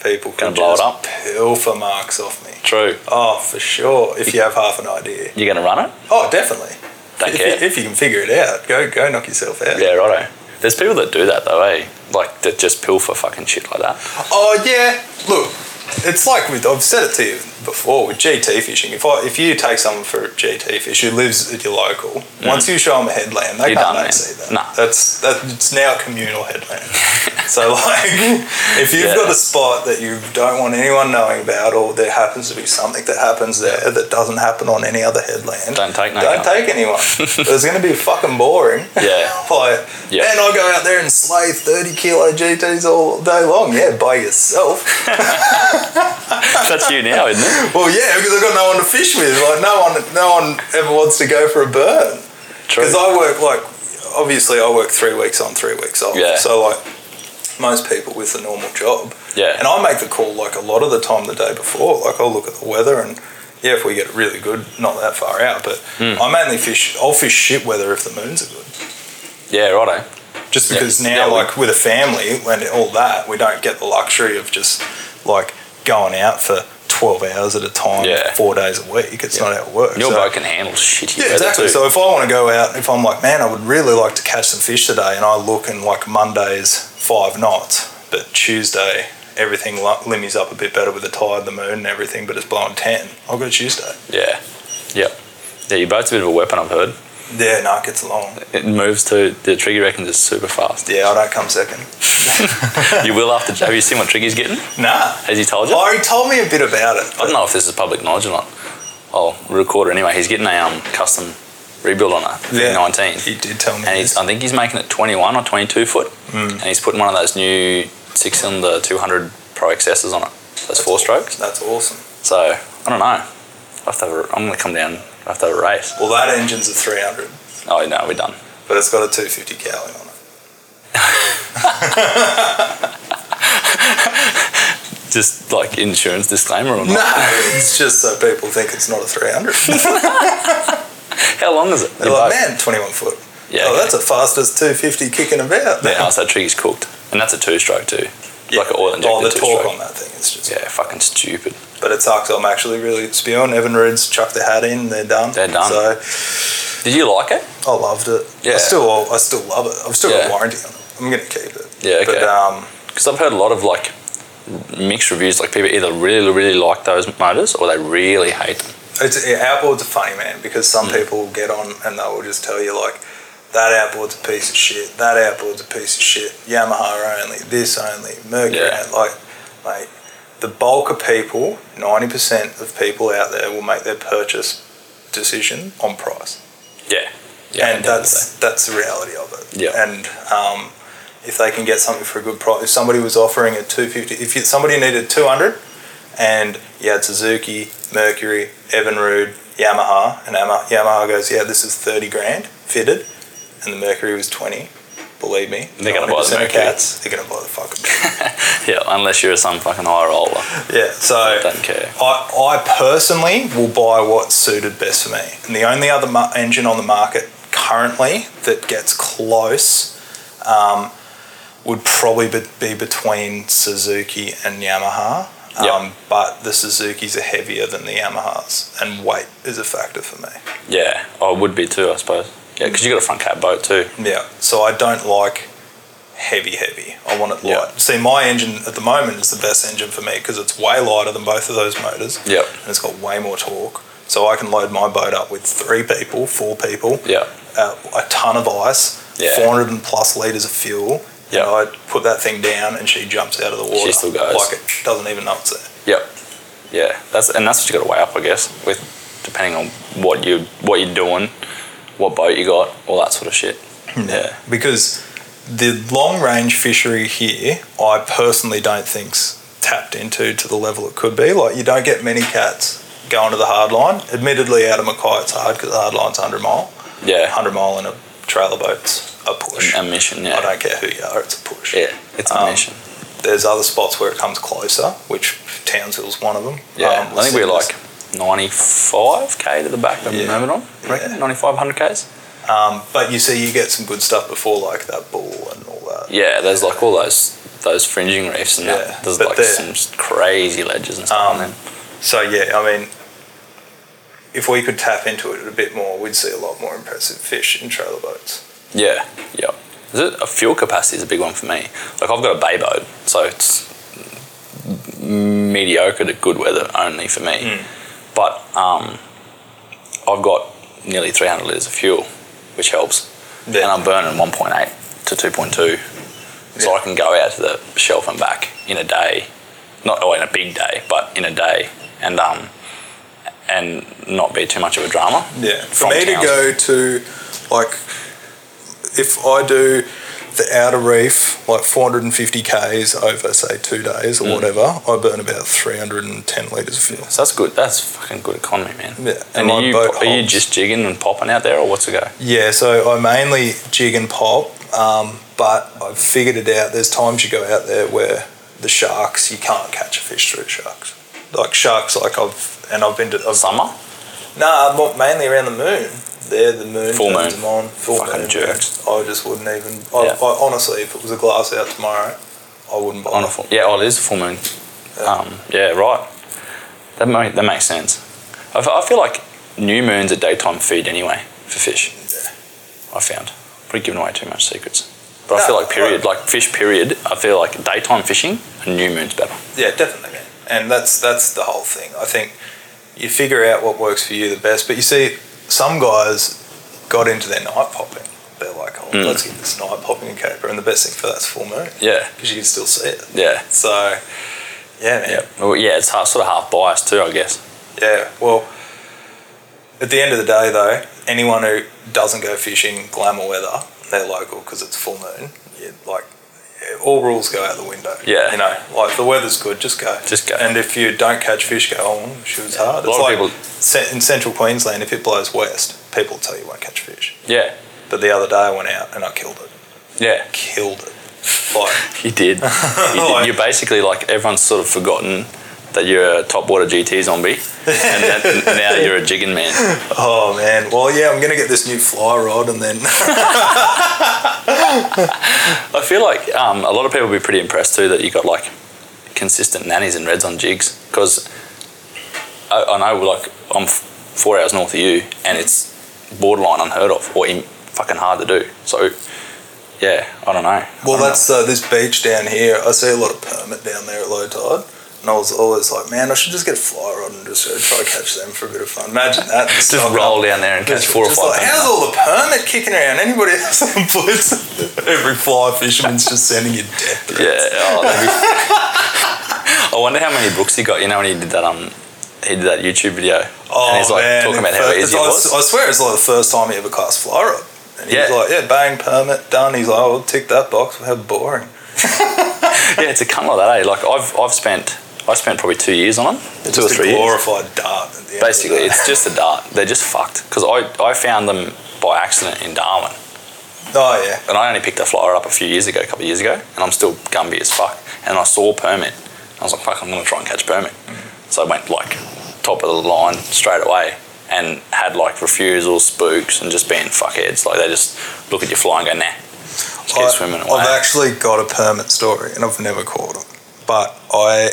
People Gonna can blow it just up. pilfer marks off me. True. Oh, for sure. If you have half an idea. You're gonna run it? Oh, definitely. Don't if, care. You, if you can figure it out, go go knock yourself out. Yeah, righto. There's people that do that though, eh? Like that just pilfer fucking shit like that. Oh yeah. Look, it's like with I've said it to you before with GT fishing. If I, if you take someone for a GT fish who lives at your local, once you show them a headland, they Mm. You're can't done, man. see that. Nah. That's that, it's now a communal headland. so like, if you've Yeah. got a spot that you don't want anyone knowing about, or there happens to be something that happens there that doesn't happen on any other headland, Don't take no don't account. take anyone. it's going to be fucking boring. Yeah. Like, Yeah. man, I go out there and slay 30 kilo GTs all day long. Yeah, by yourself. That's you now, isn't it? well, yeah, because I've got no one to fish with. Like, no one, no one ever wants to go for a burn. True. Because I work, like, obviously, I work three weeks on, three weeks off. Yeah. So, like, most people with a normal job. Yeah. And I make the call, like, a lot of the time the day before. Like, I'll look at the weather and. Yeah, if we get really good, not that far out, but Hmm. I mainly fish. I'll fish shit weather if the moons are good. yeah, righto. just Yeah. because Yeah, now we- like with a family and all that we don't get the luxury of just like going out for 12 hours at a time Yeah. four days a week it's not how it works Your So- boat can handle shitty yeah weather exactly too. so if i want to go out if i'm like man i would really like to catch some fish today and i look and like monday's five knots but tuesday everything lo- limmies up a bit better with the tide the moon and everything but it's blowing 10 i'll go tuesday yeah. Yep. Yeah, your boat's a bit of a weapon, I've heard. yeah no it gets long It moves to the trigger reckons is super fast. yeah i don't come second you will after have you seen what trigger's getting? nah Has he told you? oh he told me a bit about it I don't know if this is public knowledge or not. I'll record it anyway. He's getting a um, custom rebuild on a Yeah. 19. he did tell me And he's, I think he's making it 21 or 22 foot. Hmm. And he's putting one of those new six cylinder 200 Pro XS's on it. Those four strokes. That's awesome. So, I don't know. I have to have a, I'm going to come down. I have to have a race. Well, that engine's a 300, Oh, no, we're done. but it's got a 250 cowling on it. Just like insurance disclaimer or not. No, it's just so people think it's not a 300. How long is it? They're Your like, boat? man, 21 foot. Yeah, oh, okay. that's the fastest 250 kicking about. Yeah, so trigger's cooked. And that's a two stroke too. Like an oil injected Oh, the two torque stroke. on that thing is just. Yeah, fucking stupid. But it sucks. I'm actually really spewing. Evan Reed's chucked the hat in. They're done. They're done. So Did you like it? I loved it. Yeah. I still, I still love it. I've still Yeah. got warranty on it. I'm gonna keep it. Yeah, But okay. um, because I've heard a lot of like mixed reviews. Like people either really, really like those motors or they really hate them. It's yeah, outboards are funny, man, because some people will get on and they will just tell you like that outboard's a piece of shit, that outboard's a piece of shit, Yamaha only, this only, Mercury Yeah. only. like mate, the bulk of people, ninety percent of people out there will make their purchase decision on price. Yeah, yeah, and that's that's the reality of it. Yeah. And um, if they can get something for a good price, if somebody was offering a two fifty, if you, somebody needed two hundred, And you had Suzuki, Mercury, Evinrude, Yamaha, and Ama- Yamaha goes, yeah, this is 30 grand fitted, and the Mercury was 20. Believe me, They're gonna buy 90% the of Mercury. Cats, they're gonna buy the fucking. Yeah, unless you're some fucking high roller. Yeah, so Don't care. I, I personally will buy what's suited best for me. And the only other mu- engine on the market currently that gets close um, would probably be, be between Suzuki and Yamaha. Um, Yeah. But the Suzuki's are heavier than the Yamahas, and weight is a factor for me. Yeah, oh, it would be too, I suppose. Yeah, because you got a front cab boat too. Yeah, so I don't like heavy, heavy. I want it light. Yeah. See, my engine at the moment is the best engine for me because it's way lighter than both of those motors. Yep. and it's got way more torque. So I can load my boat up with three people, four people, Yeah. uh, a ton of ice, Yeah. 400 and plus litres of fuel. Yeah. And I put that thing down and she jumps out of the water. She still goes. Like it doesn't even know it's there. Yep. Yeah. That's and that's what you got to weigh up, I guess, with depending on what you what you're doing, what boat you got, all that sort of shit. Yeah. Because the long range fishery here, I personally don't think's tapped into to the level it could be. Like you don't get many cats going to the hard line. Admittedly, out of Mackay it's hard because the hard line's 100 mile. Yeah. 100 mile in a trailer boat's a push. A mission. Yeah. I don't care who you are, it's a push. yeah. It's a Um, mission. There's other spots where it comes closer, which Townsville's one of them. Yeah. Um, I think we're like 95k to the back that Yeah. we're moving on. Yeah. Reckon 9500 k's. Um, but you see, you get some good stuff before, like that bull and all that. Yeah. There's like all those those fringing reefs and Yeah, that. There's but like they're- some crazy ledges and stuff. Um, on them. So yeah, I mean, if we could tap into it a bit more, we'd see a lot more impressive fish in trailer boats. Yeah, yeah. Is it a fuel capacity is a big one for me. Like I've got a bay boat, so it's mediocre to good weather only for me. Hmm. But um, I've got nearly 300 litres of fuel, which helps. And um, I'm burning 1.8 to 2.2, so Yeah. I can go out to the shelf and back in a day, not oh, in a big day, but in a day, and um, and not be too much of a drama. Yeah, for From me to towns. go to like if I do the outer reef like 450 k's over say two days Mm. or whatever, I burn about 310 liters of fuel. So that's good. That's fucking good economy, man. Yeah, and And my are you, boat are you holds. just jigging and popping out there, or what's the go? Yeah, so I mainly jig and pop, um, but I've figured it out. There's times you go out there where the sharks you can't catch a fish through sharks. Like sharks, like I've and I've been to I've, Summer? Nah, mo- mainly around the moon. There, the moon. Full turns moon. them on. Full Fucking moon. jerks. I just wouldn't even. I, Yeah. I, honestly, if it was a glass out tomorrow, I wouldn't buy On a it. full, yeah, oh, it is a full moon. Um, yeah, right. That make, that makes sense. I, f- I feel like new moon's a daytime feed anyway for fish. I found. Probably giving away too much secrets. But I No, feel like period, I- like fish period. I feel like daytime fishing and new moon's better. Yeah, definitely. man. And that's that's the whole thing. I think you figure out what works for you the best. But you see, some guys got into their night popping. They're like, oh, Mm. let's get this night popping in Cobra, and the best thing for that's full moon Yeah, because you can still see it. yeah, So, yeah, man. yeah. Well, yeah, it's half, sort of half biased too, I guess. Yeah, well, at the end of the day, though, anyone who doesn't go fishing glamour weather, they're local because it's full moon. Yeah, like, yeah, all rules go out the window. Yeah. You know, like, the weather's good, just go. Just go. And if you don't catch fish, go, oh, she was hard. A It's lot like of people, ce- in central Queensland, if it blows west, people tell you won't catch fish. yeah, But the other day I went out and I killed it. yeah. Killed it. Like, You did. You Like- did. You're basically like everyone's sort of forgotten that you're a top water GT zombie, and that, n- now you're a jigging man. oh, man. Well, yeah, I'm going to get this new fly rod and then. I feel like um, a lot of people would be pretty impressed too that you got like consistent nannies and reds on jigs because I, I know like I'm f- four hours north of you, and it's borderline unheard of or im- fucking hard to do. So yeah, I don't know. I Well, don't know. that's uh, this beach down here. I see a lot of permit down there at low tide. And I was always like, man, I should just get a fly rod and just go try to catch them for a bit of fun. Imagine that. just roll down there and catch four or Just five. like, things. how's all the permit kicking around? Anybody else in place? Every fly fisherman's just sending you death threats. Yeah. Oh, that'd be- I wonder how many books he got. You know when he did that um, he did that YouTube video. Oh, and he's like man. talking about how But easy it I, was. I swear it's like the first time he ever cast fly rod. And he was Yeah. like, yeah, bang, permit, done. He's like, oh, we'll tick that box. How boring. yeah, it's a cunt like that. Eh? Like I've I've spent I spent probably two years on them, It's two or just three a years. glorified dart. At the end Basically, of it's just a dart. They're just fucked because I, I found them by accident in Darwin, the day. oh yeah. and I only picked a flyer up a few years ago, a couple of years ago, and I'm still gumby as fuck. And I saw permit. I was like, fuck, I'm gonna try and catch permit. So I went like top of the line straight away and had like refusals, spooks, and just being fuckheads. Like they just look at your fly and go, nah. Just keep I, swimming away. I've actually got a permit story, and I've never caught them. But I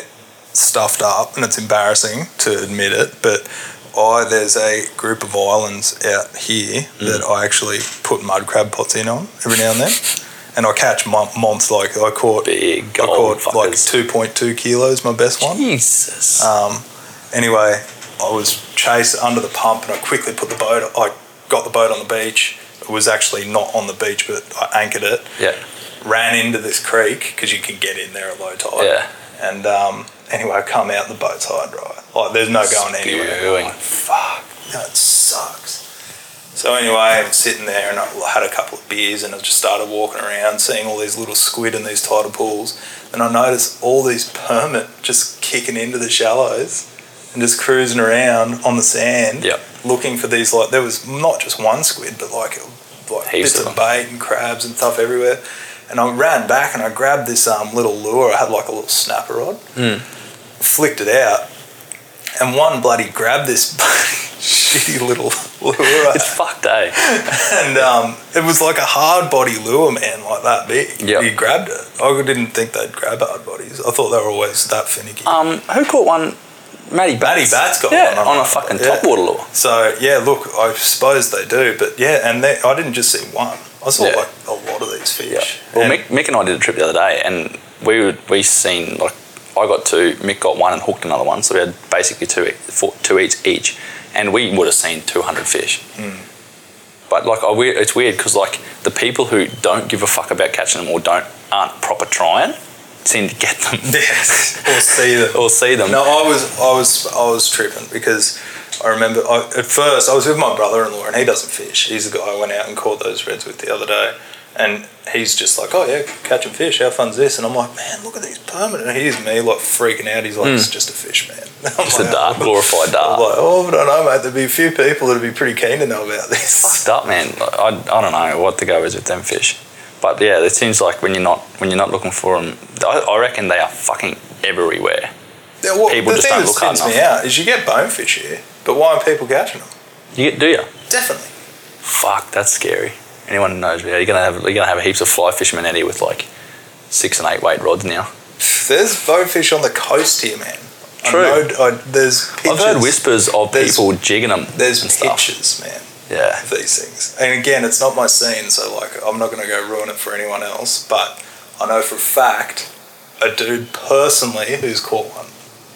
stuffed up, and it's embarrassing to admit it. But I there's a group of islands out here Mm. that I actually put mud crab pots in on every now and then, and I catch mon- months. Like I caught, Big I caught gold like fuckers. two point two kilos, my best one. Jesus. Um, anyway, I was chased under the pump and I quickly put the boat, I got the boat on the beach. It was actually not on the beach, but I anchored it. Yeah. Ran into this creek because you can get in there at low tide. Yeah. And um, anyway, I come out and the boat's high dry. Like, there's no going anywhere. Spewing. I'm like, fuck, that sucks. So anyway, I'm sitting there and I had a couple of beers and I just started walking around, seeing all these little squid in these tidal pools. And I noticed all these permit just kicking into the shallows and just cruising around on the sand, Yep. looking for these like there was not just one squid, but like like Heaps bits of of bait and crabs and stuff everywhere. And I ran back and I grabbed this um, little lure. I had like a little snapper rod, Hmm. flicked it out, and one bloody grabbed this shitty little lure It's fucked, eh? and um, it was like a hard body lure, man, like that big. Yep. He grabbed it. I didn't think they'd grab hard bodies. I thought they were always that finicky. Um, who caught one? Matty Matty Bats. Bat's got yeah, one on a fucking Yeah. topwater lure. So yeah, look, I suppose they do, but yeah, and they, I didn't just see one. I saw Yeah. like a lot of these Yeah. fish. Well, And- Mick, Mick and I did a trip the other day, and we would, we seen like I got two, Mick got one, and hooked another one. So we had basically two e- four, two each each, and we would have seen two hundred fish. Hmm. But like, I, we- it's weird because like the people who don't give a fuck about catching them or don't aren't proper trying seem to get them Yes, or see them. or see them. No, I was, I was, I was tripping because I remember I, at first I was with my brother-in-law and he doesn't fish. He's the guy I went out and caught those reds with the other day, and he's just like, "Oh yeah, catching fish. How fun's this?" And I'm like, "Man, look at these permanent." And he's me like freaking out. He's like, "It's just a fish, man." I'm Just Hmm. a like, dart, glorified I'm dart. like, oh, I don't know, mate. There'd be a few people that'd be pretty keen to know about this. fucked up, man. Like, I, I don't know what the go is with them fish, but yeah, it seems like when you're not when you're not looking for them, I, I reckon they are fucking everywhere. Yeah, well, People the just thing that don't look hard spins me out is you get bonefish here, but why aren't people catching them? You get, do you? Definitely. Fuck, that's scary. Anyone who knows me, you're gonna have you're gonna have heaps of fly fishermen out here with like six and eight weight rods now. There's bonefish on the coast here, man. True. I know, I, there's pictures. I've heard whispers of There's- people jigging them. There's and stuff. pictures, man, Yeah, of these things. And again, it's not my scene, so like I'm not going to go ruin it for anyone else. But I know for a fact a dude personally who's caught one.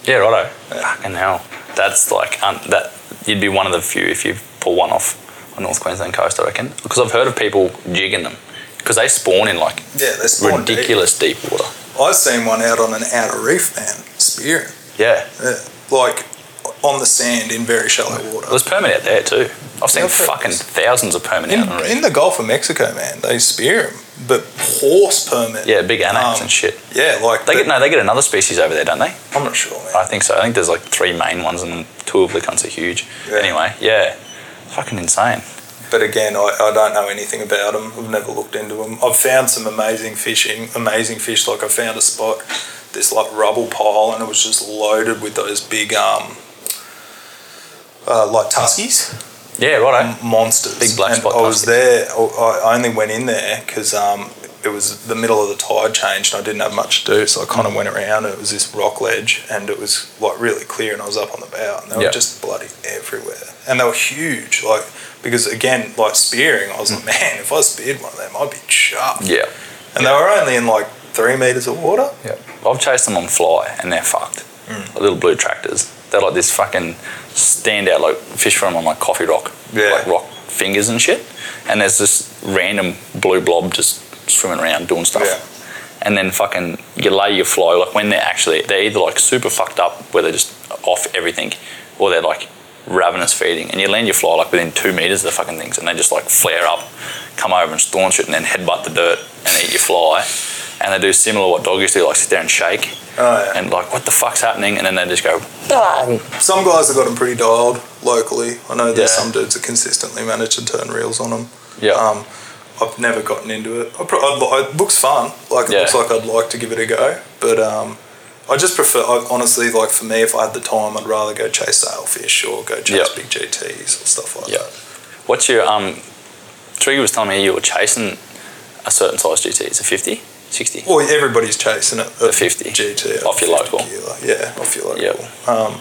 yeah, righto. Fucking hell, that's like um, that. You'd be one of the few if you pull one off on North Queensland coast, I reckon, because I've heard of people jigging them because they spawn in like Yeah, that's ridiculous deep water. I've seen one out on an outer reef, man, spearing, Yeah, yeah. like on the sand in very shallow water. there's permit out there too. I've seen Yeah, I've heard fucking this. thousands of permit out on the in, reef. in the Gulf of Mexico, man, they spear them, but horse permit. Yeah, big anacs Um, and shit. yeah, like They the- get no, they get another species over there, don't they? I'm not sure, man. I think so. I think there's like three main ones, and two of the cunts are huge. Yeah. Anyway, yeah, fucking insane. But again, I, I don't know anything about them. I've never looked into them. I've found some amazing fishing, amazing fish. Like I found a spot, this like rubble pile, and it was just loaded with those big, um, uh, like tuskies, Yeah, righto. monsters. Big black and spot I was tuskies. there. I I only went in there because um, it was the middle of the tide change, and I didn't have much to do. So I kind of went around. It was this rock ledge, and it was like really clear, and I was up on the bow, and they Yeah. were just bloody everywhere, and they were huge, like because again, like spearing, I was like, man, if I speared one of them, I'd be chuffed. Mm. Yeah, And they were only in like three meters of water. yeah. I've chased them on fly, and they're fucked. Mm. Like little blue tractors. They're like this fucking standout, like fish from on like coffee rock, Yeah. like rock fingers and shit. And there's this random blue blob just swimming around doing stuff. Yeah. And then fucking you lay your fly like when they're actually they're either like super fucked up where they're just off everything, or they're like ravenous feeding. And you land your fly like within two meters of the fucking things, and they just like flare up, come over and staunch it, and then headbutt the dirt and eat your fly. and they do similar what doggies do, like sit there and shake Oh, yeah. and like what the fuck's happening, and then they just go Some guys have got them pretty dialed locally. I know there's Yeah. some dudes that consistently manage to turn reels on them. yeah. Um, I've never gotten into it. I pro- I'd, li- it looks fun. Like it Yeah. looks like I'd like to give it a go, but um, I just prefer. I, honestly, like for me, if I had the time, I'd rather go chase sailfish or go chase Yep. big GTS or stuff like Yep. that. What's your um? Trigger was telling me you were chasing a certain size GT. It's a 50, 60. Well, everybody's chasing it. The 50. GT Off 50 your local. kilo. Yeah, off your local. Yep. Um,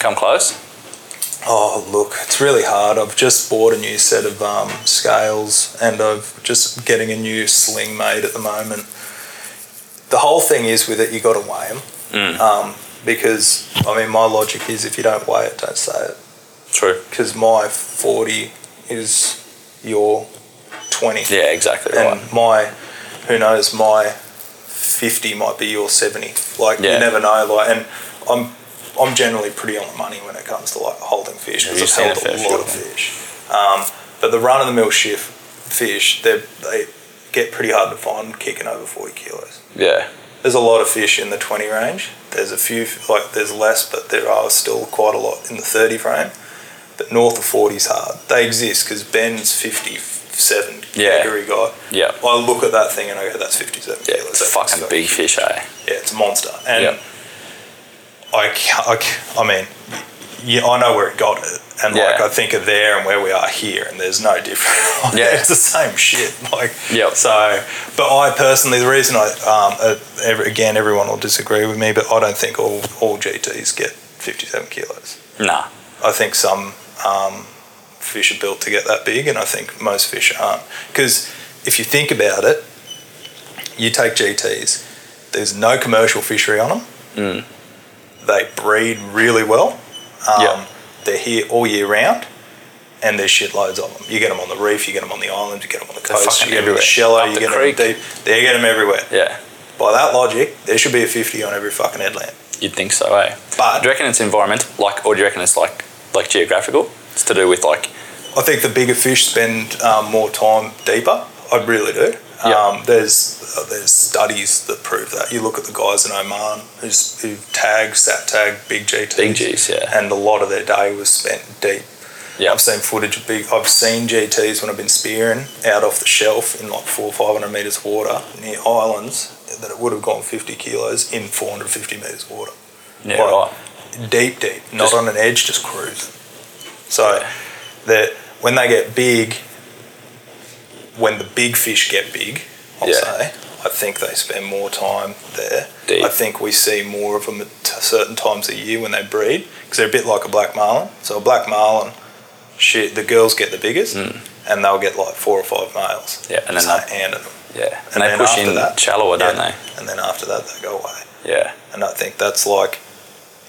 Come close. Oh, look, it's really hard. I've just bought a new set of um, scales and I've just getting a new sling made at the moment. The whole thing is with it, you got to weigh them. Mm. Um, because, I mean, my logic is if you don't weigh it, don't say it. True. Because my 40 is your 20. Yeah, exactly And right. my, who knows, my 50 might be your 70. Like, Yeah. you never know. Like, and I'm, I'm generally pretty on the money when it comes to like holding fish Yeah, you've because seen I've a held fair a few lot of of fish. Um, but the run of the mill shift fish, they they get pretty hard to find kicking over 40 kilos. Yeah. There's a lot of fish in the 20 range. There's a few, like, there's less, but there are still quite a lot in the 30 frame. But north of 40 is hard. They exist because Ben's 57 Yeah. category guy. Yeah. I look at that thing and I go, that's 57 Yeah, kilos. it's a That's fucking fucking- big fish, eh? Yeah, it's a monster. And Yep. I, ca- I, ca- I mean, yeah, I know where it got it. And like, Yeah. I think of there and where we are here, and there's no difference. Yeah. it's the same shit. Like, Yep. so, but I personally, the reason I, um, uh, every, again, everyone will disagree with me, but I don't think all, all GTs get 57 kilos. Nah. I think some um, fish are built to get that big, and I think most fish aren't. Because if you think about it, you take GTs, there's no commercial fishery on them. Mm. They breed really well. Um, Yeah. They're here all year round, and there's shitloads of them. You get them on the reef, you get them on the island, you get them on the They're coast, fucking you get them in everywhere. the shallow, Up you the get creek. them deep. They get them everywhere. Yeah. By that logic, there should be a 50 on every fucking headland. You'd think so, eh? But Do you reckon it's environmental, like, or do you reckon it's like, like geographical? It's to do with like, I think the bigger fish spend um, more time deeper. I really do. Yeah. Um, there's uh, there's studies that prove that. You look at the guys in Oman who's, who tag, sat tag, big GTs. Big Gs, yeah. And a lot of their day was spent deep. yeah, I've seen footage of big. I've seen GTs when I've been spearing out off the shelf in like four or five hundred meters of water near islands that it would have gone fifty kilos in four hundred fifty meters of water yeah, like- right. deep, deep, not Just- on an edge, just cruising. So that when they get big, when the big fish get big, I'll Yeah. say, I think they spend more time there. Deep. I think we see more of them at t- certain times of year when they breed because they're a bit like a black marlin. So a black marlin, shit, the girls get the biggest, Mm. and they'll get like four or five males. Yeah, and then Just they- handing them. yeah, and and, they then push after in that- shallower, don't Yeah. And then after that, they go away. they? Yeah, And I think that's like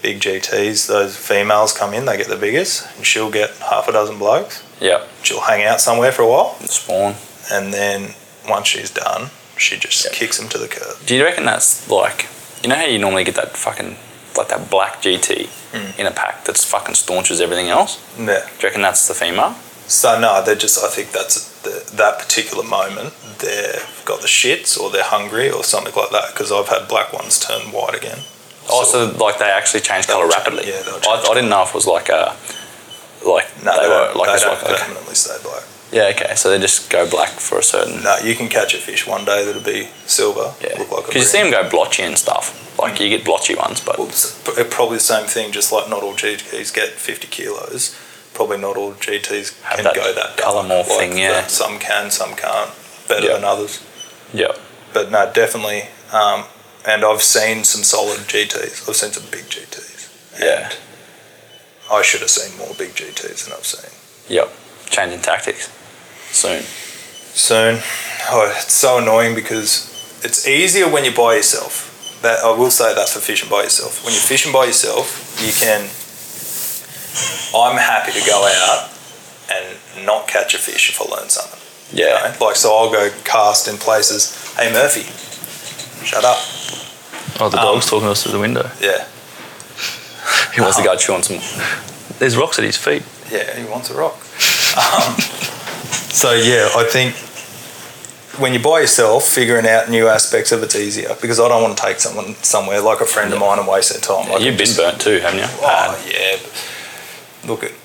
big GTs. Those females come in, they get the biggest, and she'll get half a dozen blokes. yeah, She'll hang out somewhere for a while, spawn. and then once she's done, she just Yeah. kicks them to the curb. Do you reckon that's like, you know how you normally get that fucking, like that black GT Mm. in a pack that's fucking staunches everything else? Yeah. Do you reckon that's the female? So no, they're just. I think that's the, that particular moment. They've got the shits, or they're hungry, or something like that. Because I've had black ones turn white again. Oh, so like they actually change They'll color change- rapidly. yeah, they'll I, I didn't know if it was like a, like No, they, they, were don't. like they it's don't like okay. permanently stay black. yeah, okay. So they just go black for a certain No, you can catch a fish one day that'll be silver. yeah. look like a Hmm. Because you see bream. them go blotchy and stuff. Like you get blotchy ones, but Well, it's pr- probably the same thing, just like not all GTs get 50 kilos. Probably not all GTs Have can that go that colour dark, morph thing, yeah. that Some can, some can't. Better Yeah. than others. yeah, But no, definitely. Um, and I've seen some solid GTs. I've seen some big GTs. And yeah, I should have seen more big GTs than I've seen. yep. Changing tactics soon. soon. Oh, it's so annoying because it's easier when you're by yourself. That I will say that for fishing by yourself. When you're fishing by yourself, you can. I'm happy to go out and not catch a fish if I learn something. you Yeah, know? Like so, I'll go cast in places. Hey Murphy, shut up. Oh, the Um, dog's talking to us through the window. Yeah, he wants to go chew on some. There's rocks at his feet. yeah, he wants a rock. Um, so yeah, I think when you're by yourself, figuring out new aspects of it's easier because I don't want to take someone somewhere like a friend of mine and waste their time. Like You've been burnt too, haven't you? Oh yeah. but Look, it,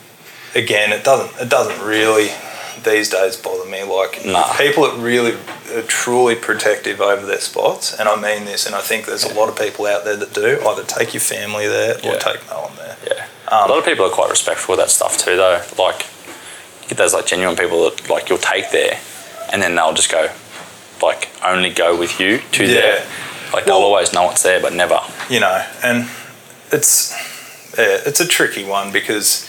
again, it doesn't. It doesn't really these days bother me. Like Nah. people that really are truly protective over their spots, and I mean this, and I think there's a lot of people out there that do either take your family there or Yeah. take no one there. Um, Yeah. a lot of people are quite respectful of that stuff too, though. Like, you get those like genuine people that like you'll take there, and then they'll just go, like, only go with you to Yeah. there. Like they'll Well- always know it's there, but never. you know, and it's yeah, it's a tricky one because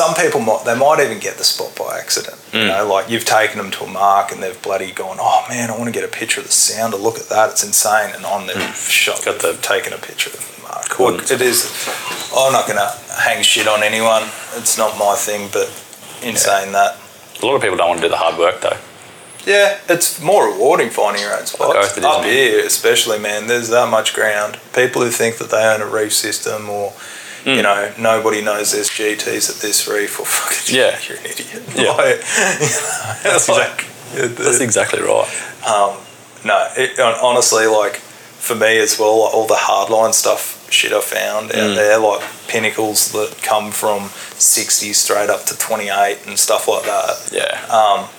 some people might they might even get the spot by accident. You know, like you've taken them to a mark and they've bloody gone, oh man, I want to get a picture of the sound. Look at that, it's insane. And on their shot, Got they've taken a picture of the mark. Coordinates. Look, it is. I'm not gonna hang shit on anyone. It's not my thing, but in saying that. A lot of people don't want to do the hard work though. Yeah, it's more rewarding finding your own oath spots. it is, Up mate. here, especially, man, there's that much ground. People who think that they own a reef system or, Hmm. Mm. you know, nobody knows there's GTs at this reef or fucking, Yeah. you're an idiot. Yeah. Like, that's like, it- That's it- exactly right. um, no, it, hon- honestly, like for me as well, like, all the hardline stuff shit I found Hmm. out there, like pinnacles that come from 60 straight up to 28 and stuff like that Yeah. um,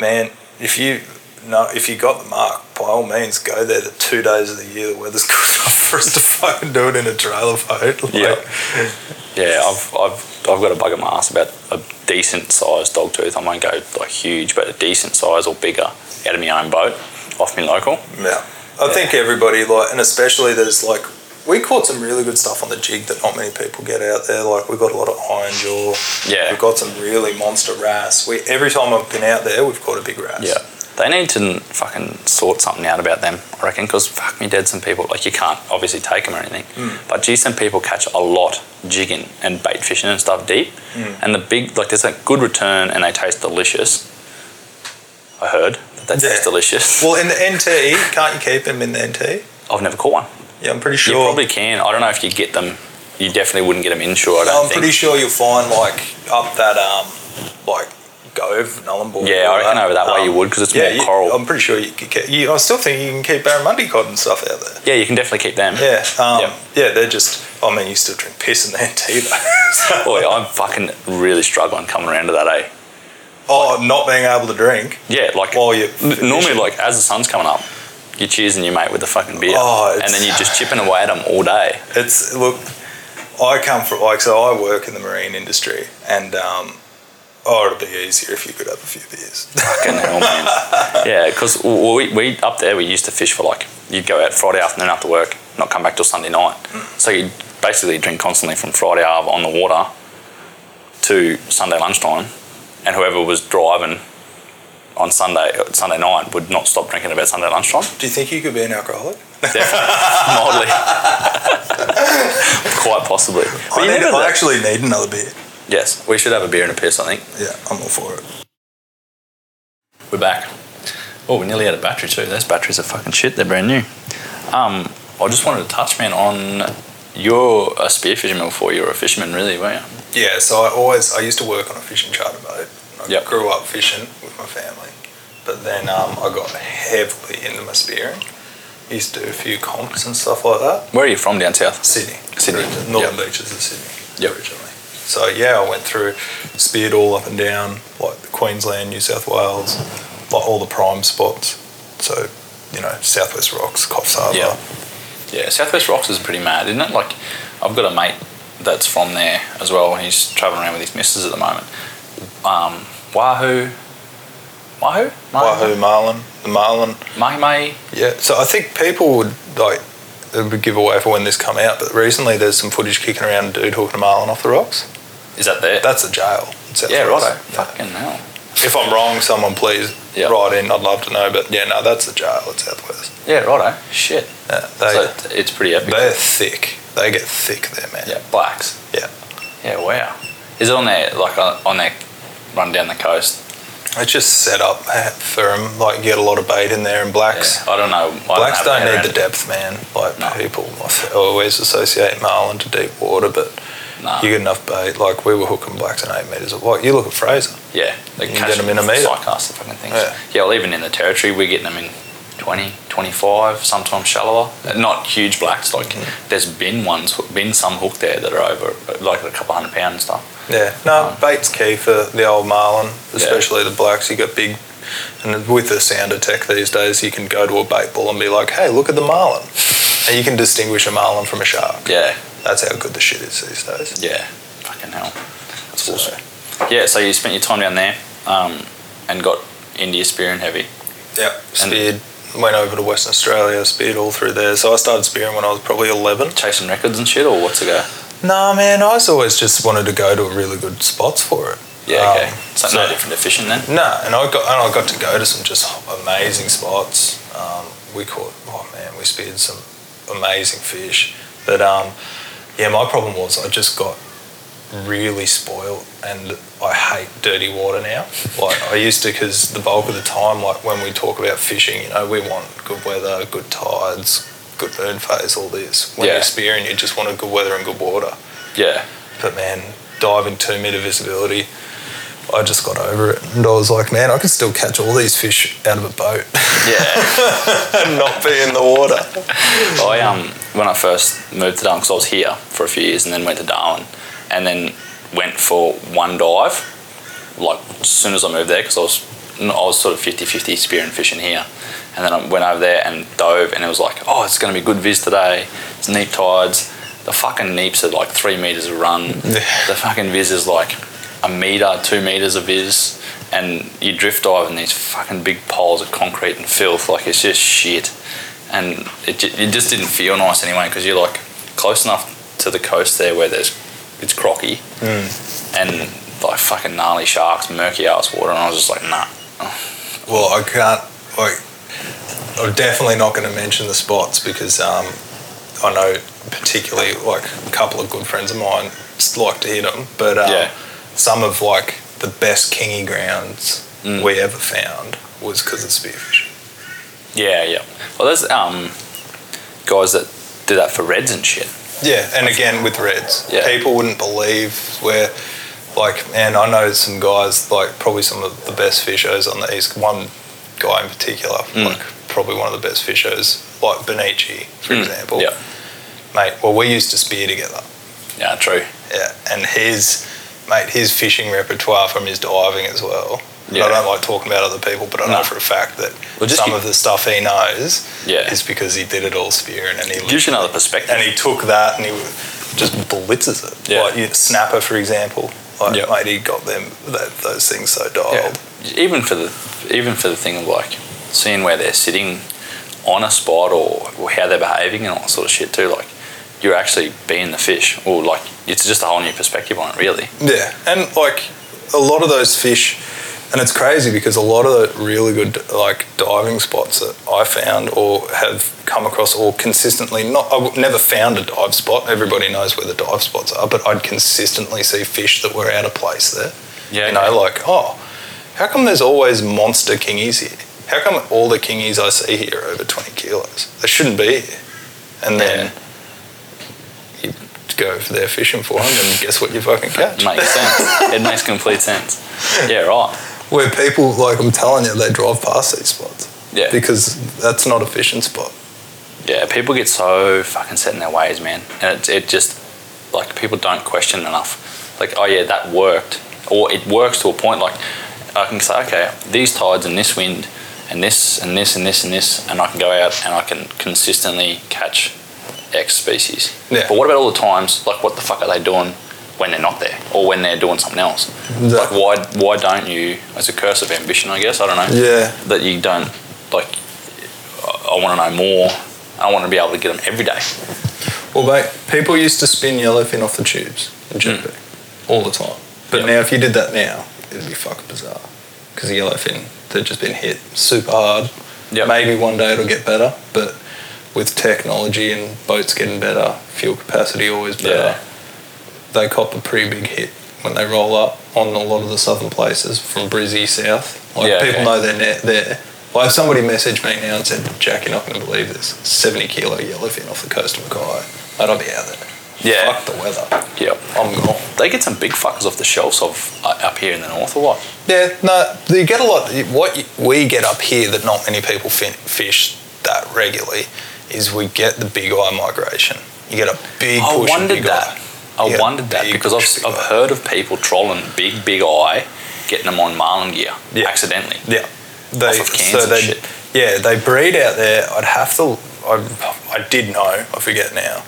man, if you no, if you got the mark, by all means, go there the two days of the year the weather's good enough for us to fucking do it in a trailer boat. Like, Yeah. Yeah, I've, I've, I've got a bug in my ass about a decent sized dog tooth. I won't go like huge, but a decent size or bigger out of my own boat, off me local. yeah. I think everybody like, and especially there's like, we caught some really good stuff on the jig that not many people get out there. Like we got a lot of iron jaw. Yeah. We've got some really monster wrasse. We every time I've been out there, we've caught a big wrasse. Yeah. They need to fucking sort something out about them, I reckon, because fuck me dead, some people, like, you can't obviously take them or anything. Hmm. But gee, some people catch a lot jigging and bait fishing and stuff deep. Hmm. And the big, like, there's a good return and they taste delicious. I heard that they Yeah. taste delicious. Well, in the NT, can't you keep him in the NT? I've never caught one. Yeah, I'm pretty sure. You probably can. I don't know if you get them. You definitely wouldn't get them inshore, I don't I'm think. pretty sure you'll find like up that um like Gove Nullarbor. Yeah, I reckon over that way um, you would, 'cause it's yeah, um, more you- coral. I'm pretty sure you could. Keep, you, I still think you can keep barramundi cod and stuff out there. yeah, you can definitely keep them. Yeah, um, Yep. yeah, they're just. I mean, you still drink piss in their tea though. Boy, I'm fucking really struggling coming around to that, eh? oh, not being able to drink. Yeah, like While you're n- normally, fishing. like as the sun's coming up, you're cheersing your mate with a fucking beer, Oh, and it's- then you're just chipping away at them all day. It's look. I come from like so. I work in the marine industry, and um, oh, it'd be easier if you could have a few beers. Fucking hell, man. Yeah, because we, we up there we used to fish for like you'd go out Friday afternoon after work, not come back till Sunday night. So you basically drink constantly from Friday half on the water to Sunday lunchtime, and whoever was driving on Sunday Sunday night would not stop drinking about Sunday lunchtime. Do you think you could be an alcoholic? Mildly, quite possibly. But I, you need, never know. I actually need another beer. Yes, we should have a beer and a piss, I think. Yeah, I'm all for it. We're back. Oh, we nearly had a battery too. Those batteries are fucking shit. They're brand new. Um, I just wanted to touch, man, on you're a spear fisherman before you were a fisherman, really, weren't you? Yeah, so I always I used to work on a fishing charter boat. I Yep. grew up fishing with my family, but then um, I got heavily into my spearing. Used to do a few comps and stuff like that. Where are you from down south? Sydney, Sydney, Origin- Northern yep. Beaches of Sydney Yep. originally. So yeah, I went through speared all up and down like the Queensland, New South Wales, like all the prime spots. So you know, Southwest Rocks, Coffs Harbour. Yeah. Yeah, Southwest Rocks is pretty mad, isn't it? Like, I've got a mate that's from there as well, and he's traveling around with his missus at the moment. Um, Wahoo. Wahoo? Wahoo Marlin, the Marlin. Mahi Mahi. Yeah, so I think people would like it would give away for when this come out, but recently there's some footage kicking around a dude hooking a marlin off the rocks. Is that there? That's a jail. in South yeah, Wales. righto. Fucking hell. If I'm wrong, someone please Yeah. write in. I'd love to know, but yeah, no, that's a jail at Southwest. Yeah, righto. Shit. Yeah, they so it- it's pretty epic. they're thick. They get thick there, man. Yeah, blacks. Yeah. Yeah, wow. Is it on their like uh, on on their run down the coast? It's just set up for them. Like you get a lot of bait in there and blacks. Yeah, I don't know. I Blacks don't, don't know need around the it. depth, man. Like No. people always associate marlin to deep water, but Nah. You get enough bait. Like we were hooking blacks in eight meters of what? You look at Fraser. yeah, they You can catch get 'em in a with metre. Cycast the fucking things. Yeah. Yeah. well, even in the territory, we're getting them in 20, 25, sometimes shallower. Not huge blacks. Like Mm-hmm. there's been ones, been some hook there that are over like a couple hundred pound and stuff. Yeah. No, bait's key for the old marlin, especially the blacks. You got big, and with the sounder tech these days, you can go to a bait bull and be like, "Hey, look at the marlin," and you can distinguish a marlin from a shark. Yeah, That's how good the shit is these days. yeah, fucking hell, that's So- awesome. Yeah, so you spent your time down there, um, and got India spear and heavy. Yeah. Speared. Went over to Western Australia, speared all through there. So I started spearing when I was probably 11. chasing records and shit, or what's it go? Nah, man, I was always just wanted to go to really good spots for it. Yeah, okay. Um, so, so- no different to fishing then. No, and I got and I got to go to some just amazing spots. Um, we caught oh man, we speared some amazing fish. But um, yeah, my problem was I just got really spoiled, and I hate dirty water now. Like I used to, because the bulk of the time, like when we talk about fishing, you know, we want good weather, good tides, good moon phase, all this. When Yeah. you're spearing, you just want good weather and good water. Yeah, But man, diving two meter visibility, I just got over it. And I was like, man, I could still catch all these fish out of a boat yeah. and not be in the water. I um when I first moved to Darwin, because I was here for a few years and then went to Darwin, and then went for one dive. Like as soon as I moved there, because I was I was sort of 50-50 spear and fishing here, and then I went over there and dove, and it was like, oh, it's going to be good viz today. It's neap tides. The fucking neeps are like three meters a run. the fucking viz is like a meter, two meters of viz, and you drift dive in these fucking big piles of concrete and filth. Like it's just shit, and it, ju- it just didn't feel nice anyway because you're like close enough to the coast there where there's it's crocky and like fucking gnarly sharks, murky ass water, and I was just like, nah. Well, I can't, like, I'm definitely not going to mention the spots because um, I know particularly, like, a couple of good friends of mine s- like to hit them. But um, Yeah. some of, like, the best kingy grounds we ever found was because of spearfishing. Yeah, yeah. Well, there's um guys that do that for reds and shit. Yeah, and again with Reds, Yeah. people wouldn't believe where, like, and I know some guys, like probably some of the best fishers on the east. One guy in particular, Hmm. like probably one of the best fishers, like Benici, for example. Mm. Hmm. Yeah, Mate, well, we used to spear together. yeah, true. Yeah, and his, mate, his fishing repertoire from his diving as well. Yeah. Yeah. I don't like talking about other people, but I know No. for a fact that Well, just some gi- of the stuff he knows Yeah. is because he did it all spearing and he Gives you another perspective. and he took that and he just blitzes it. Yeah. Like you, Snapper, for example, like Yeah. mate, he got them that, those things so dialed. Yeah. Even for the even for the thing of like seeing where they're sitting on a spot or, or how they're behaving and all that sort of shit too. Like you're actually being the fish, or like it's just a whole new perspective on it, really. Yeah, and like a lot of those fish, and it's crazy because a lot of the really good like diving spots that I found or have come across or consistently not, I've never found a dive spot. Everybody knows where the dive spots are, but I'd consistently see fish that were out of place there. Yeah, you know, like oh, how come there's always monster kingies here? How come all the kingies I see here are over twenty kilos? They shouldn't be here. And then you go there fishing for them, and guess what you fucking catch? It makes sense. It makes complete sense. Yeah, right. where people like I'm telling you, they drive past these spots Yeah. because that's not a fishing spot. Yeah, people get so fucking set in their ways, man. And it, it just, like, people don't question enough. Like, oh yeah, that worked. Or it works to a point, like, I can say, okay, these tides and this wind and this and this and this and this, and I can go out and I can consistently catch X species. Yeah. But what about all the times, like, what the fuck are they doing when they're not there or when they're doing something else? Like, why, why don't you, it's a curse of ambition, I guess, I don't know Yeah, that you don't like. I, I want to know more. I want to be able to get them every day. well, mate, people used to spin yellowfin off the tubes in jetpack all the time, but Yeah. now if you did that now, it'd be fucking bizarre because the yellowfin they've just been hit super hard. Yeah. maybe one day it'll get better, but with technology and boats getting better, fuel capacity always better, Yeah. they cop a pretty big hit when they roll up on a lot of the southern places from Brizzy south. Like Yeah, people okay. know they're ne- there. Well, if somebody messaged me now and said, Jack, you're not going to believe this, 70 kilo yellowfin off the coast of Mackay, I'd be out there. Yeah. Fuck the weather. Yep. I'm gone. They get some big fuckers off the shelves of uh, up here in the north or what? Yeah, no, you get a lot. What you- we get up here that not many people fin- fish that regularly is we get the big eye migration. You get a big Oh, I push of wondered big that. eye. I Yeah, wondered that big because fish, big I've, I've eye. heard of people trolling big, big eye, getting them on marlin gear Yeah. accidentally. Yeah, they Off of cans and they shit. yeah they breed out there. I'd have to. I I did know. I forget now.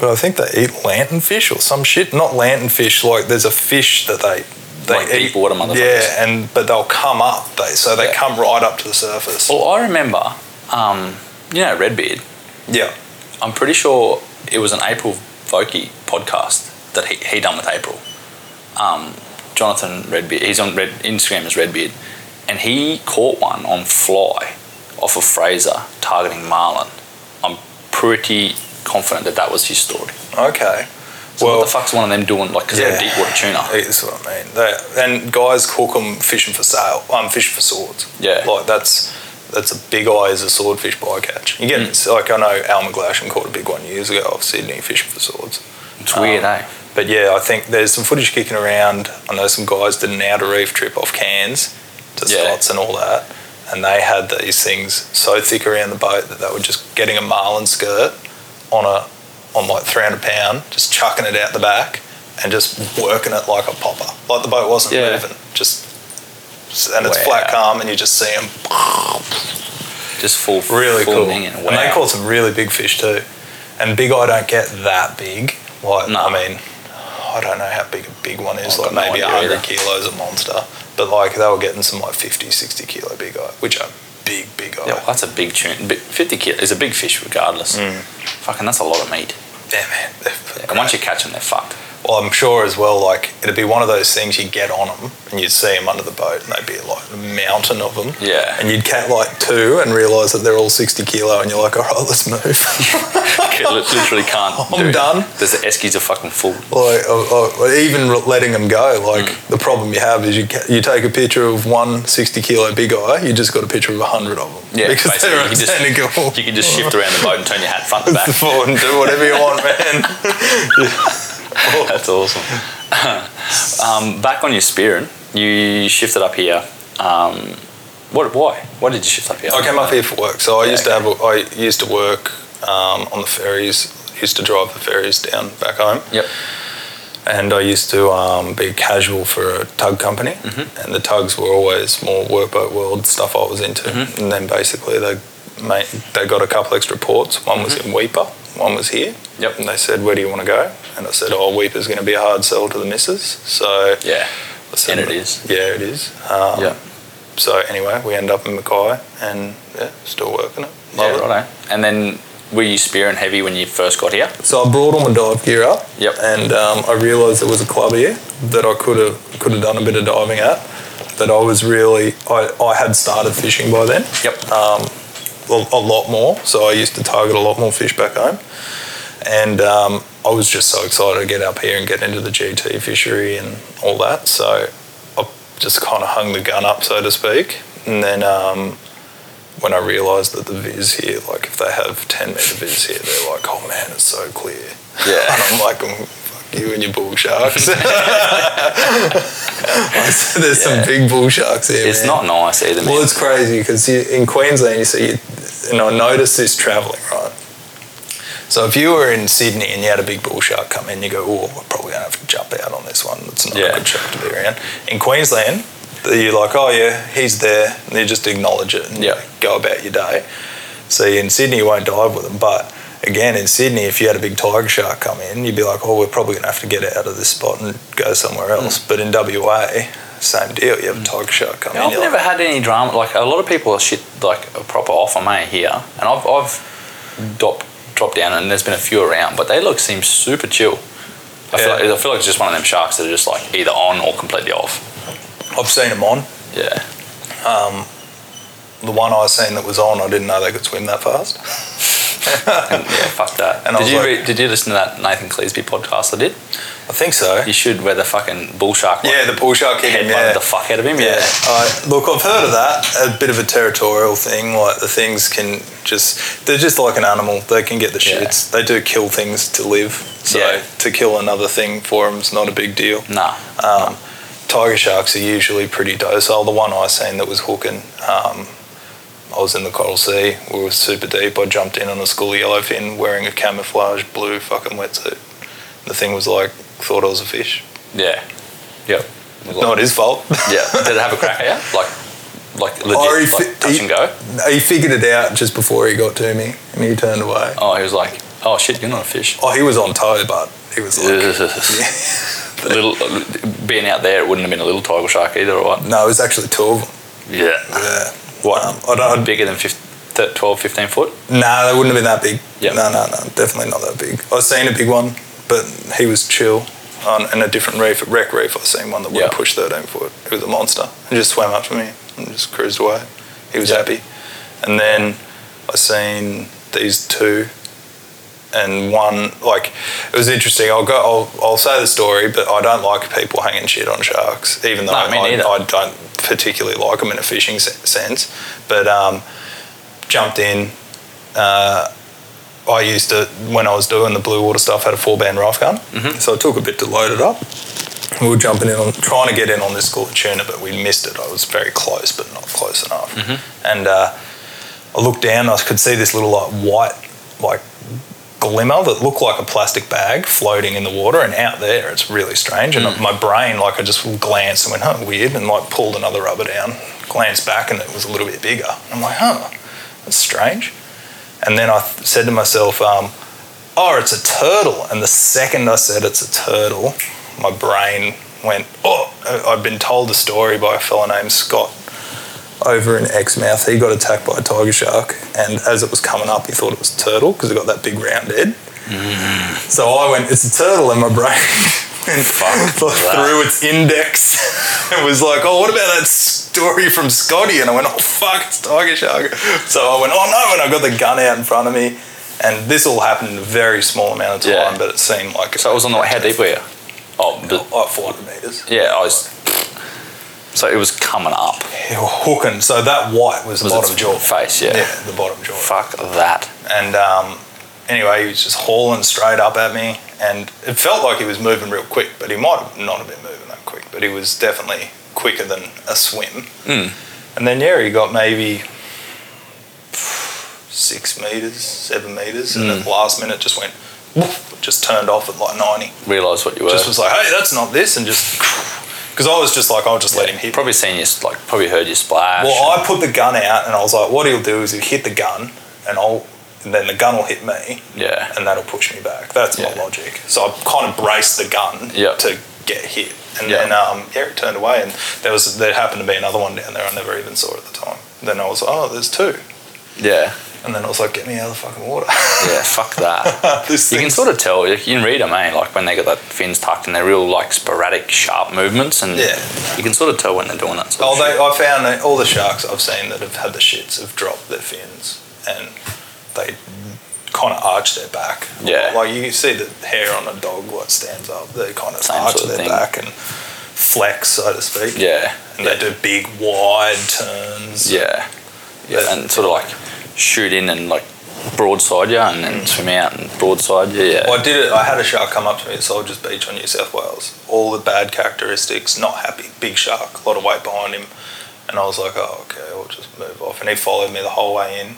But I think they eat lanternfish or some shit. Not lanternfish. Like there's a fish that they. They Like eat. deep water motherfuckers. Yeah, and but they'll come up. They so they Yeah. Oh. come right up to the surface. Well, I remember, um, you know, Redbeard. Yeah, I'm pretty sure it was an April Vokey podcast that he, he done with April. Um, Jonathan Redbeard, he's on Red, Instagram as Redbeard, and he caught one on fly off of Fraser targeting marlin. I'm pretty confident that that was his story. Okay. So well, what the fuck's one of them doing? Like, because they're a Yeah. deep water tuna. that's what I mean. They, and guys cook them fishing for sale. I'm um, fishing for swords. Yeah. Like that's that's a big eye as a swordfish bycatch. You get it's like I know Al McGlashan caught a big one years ago off Sydney fishing for swords. It's weird, Um, eh? But yeah, I think there's some footage kicking around. I know some guys did an outer reef trip off Cairns to Yeah. Scots and all that. And they had these things so thick around the boat that they were just getting a marlin skirt on a on like 300 pound, just chucking it out the back and just working it like a popper. Like the boat wasn't Yeah. moving. Just and it's Wow. flat calm and you just see them Just full, really cool. full minging. And they Wow. caught some really big fish too. And big eye don't get that big. Like No. I mean, I don't know how big a big one is. I've like got no maybe idea either. 100 kilos a monster. But like they were getting some like 50, 60 kilo big eye, which are big, big eye. Yeah, well, that's a big tune. Bi- Fifty kilo is a big fish, regardless. Mm. Fucking, that's a lot of meat. Yeah, man. Yeah, and once you catch them, they're fucked. Well, I'm sure as well. Like it'd be one of those things you get on them and you'd see them under the boat and they'd be like a mountain of them. Yeah. And you'd catch like two and realise that they're all 60 kilo and you're like, all right, let's move. You li- literally can't. I'm do it. done. There's the eskies are fucking full. like or, or even letting them go. Like the problem you have is you ca- you take a picture of one 60 kilo big eye, you just got a picture of a hundred of them. Yeah, because basically, they're you can just- identical. You can just shift around the boat and turn your hat front to It's back. the forward and do whatever you want, man. That's awesome. um, back on your spearing, you shifted up here. Um, what? Why? Why did you shift up here? I came up here for work, so I Yeah, used to have a, I used to work um, on the ferries. Used to drive the ferries down back home. Yep. and I used to um, be casual for a tug company, Mm-hmm. and the tugs were always more workboat world stuff I was into. Mm-hmm. And then basically they made, they got a couple extra ports. One was in Weeper, one was here. Mm-hmm. Yep. And they said, "Where do you want to go?" And I said, "Oh, Weeper's going to be a hard sell to the missus." So Yeah. I said, And it is. Yeah, it is. Um, Yeah. So anyway, we end up in Mackay, and yeah, still working it. Love yeah. it. Righto. And then were you spearing heavy when you first got here? So I brought all my dive gear up. Yep. And um, I realised there was a club here that I could have could have done a bit of diving at. That I was really I, I had started fishing by then Yep. um, a, a lot more. So I used to target a lot more fish back home, and um, I was just so excited to get up here and get into the GT fishery and all that. So I just kind of hung the gun up, so to speak, and then. Um, when I realised that the viz here, like if they have 10 metre viz here, they're like, oh man, it's so clear. Yeah. and I'm like, "Mm, fuck you and your bull sharks. I said, there's Yeah. some big bull sharks here. It's man." not nice either. Man. Well, it's crazy because in Queensland, you see, and I noticed this travelling, right? So if you were in Sydney and you had a big bull shark come in, you go, oh, we're probably going to have to jump out on this one. It's not Yeah. a good shark to be around. In Queensland, you're like, oh, yeah, he's there. And you just acknowledge it and you Yeah. go about your day. So in Sydney, you won't dive with them. But again, in Sydney, if you had a big tiger shark come in, you'd be like, oh, we're probably going to have to get out of this spot and go somewhere else. But in WA, same deal. You have a tiger shark come in. Hmm. I've you're like, never had any drama. Like a lot of people are shit, like a proper off on me here, and I've I've dropped dropped down, and there's been a few around, but they look seem super chill. I feel, Yeah. like, I feel like it's just one of them sharks that are just like either on or completely off. I've seen them on. Um, Yeah, The one I seen that was on, I didn't know they could swim that fast. and yeah, fuck that. And I did was you like, re- did you listen to that Nathan Cleesby podcast I did? I think so. You should where the fucking bull shark. like, Yeah, the bull shark hit him, headbutted yeah. the fuck out of him. Yeah. Yeah. Uh, look, I've heard of that. A bit of a territorial thing. Like the things can just, they're just like an animal. They can get the Yeah. shits. They do kill things to live. So Yeah. to kill another thing for them's not a big deal. Nah. Um, tiger sharks are usually pretty docile. The one I seen that was hooking, um, I was in the Coral Sea. We were super deep. I jumped in on a school yellowfin wearing a camouflage blue fucking wetsuit. The thing was like, thought I was a fish. Yeah. Yep. Not his fault. Yeah. Did it have a crack at you? Like, like Or Oh, he legit, fi- like touch he- and go? No, he Oh, figured it out just before he got to me, and he turned away. Oh, he was like, oh shit, you're not a fish. Oh, he was on toe, but he was like, little being out there, it wouldn't have been a little tiger shark either, or what? no, it was actually two of them. Yeah. Yeah. Ah. What? Um, I don't. bigger than 15, thir- 12, 15 foot? Nah, they wouldn't have been that big. Yeah. No, no, no, definitely not that big. I seen a big one, but he was chill. On in a different reef, at Wreck Reef, I seen one that would Yeah. have pushed 13 foot. It was a monster. It just swam up to me and just cruised away. He was Yeah. happy. And then I seen these two and one like it was interesting. I'll go. I'll, I'll say the story, but I don't like people hanging shit on sharks, even though No, me I, neither. I don't particularly like them in a fishing se- sense. But um, jumped in. Uh, I used to when I was doing the blue water stuff. Had a four band raft gun, Mm-hmm. so it took a bit to load it up. We were jumping in on trying to get in on this school of tuna, but we missed it. I was very close, but not close enough. And uh, I looked down, I could see this little like white like glimmer that looked like a plastic bag floating in the water and out there it's really strange and my brain like i just glanced and went huh weird and like pulled another rubber down glanced back and it was a little bit bigger i'm like huh that's strange and then i th- said to myself um, oh it's a turtle and the second i said it's a turtle my brain went oh I- i'd been told a story by a fellow named scott over in Exmouth. He got attacked by a tiger shark, and as it was coming up, he thought it was a turtle because it got that big round head. Mm. So I went, "It's a turtle," in my brain. And through its index, it was like, "Oh, what about that story from Scotty?" And I went, "Oh fuck, it's tiger shark." So I went, "Oh no!" And I got the gun out in front of me, and this all happened in a very small amount of time, Yeah. but it seemed like So it was on the, how deep were you? Oh, the, like 400 meters. yeah, I was, so it was coming up. They were hooking. So that white was the Was bottom its jaw. face, yeah. the bottom jaw. Fuck that. And um, anyway, he was just hauling straight up at me, and it felt like he was moving real quick, but he might have not have been moving that quick, but he was definitely quicker than a swim. Hmm. And then yeah, he got maybe six meters, seven meters, and Hmm. at the last minute just went, woof, just turned off at like ninety. Realised what you were. Just was like, hey, that's not this, and just because I was just like, I'll just let him hit. me. Probably seen you, like, probably heard you splash. Well, I put the gun out, and I was like, "What he'll do is he'll hit the gun, and I'll, and then the gun will hit me, yeah. and that'll push me back." That's Yeah. my logic. So I kind of braced the gun Yep. to get hit, and Yeah. then um, yeah, it turned away, and there was there happened to be another one down there. I never even saw at the time. Then I was like, "Oh, there's two. Yeah. and then I was like, "Get me out of the fucking water." Yeah, fuck that. this You can thing's- sort of tell. You can read them, eh? Like when they got that fins tucked and they're real like sporadic, sharp movements, and Yeah. you can sort of tell when they're doing that. Sort Oh, of they, shit. I found that all the sharks I've seen that have had the shits have dropped their fins and they kind of arch their back. Yeah. Like you see the hair on a dog what stands up. They kind of Same arch sort of their thing. back and flex, so to speak. yeah, And they do big wide turns. yeah, yeah, and sort of like shoot in and like broadside you, and Mm. then swim out and broadside you. Yeah, Well, I did it. I had a shark come up to me at Soldiers Beach on New South Wales. All the bad characteristics, not happy, big shark, a lot of weight behind him. And I was like, oh, okay, I'll just move off. And he followed me the whole way in.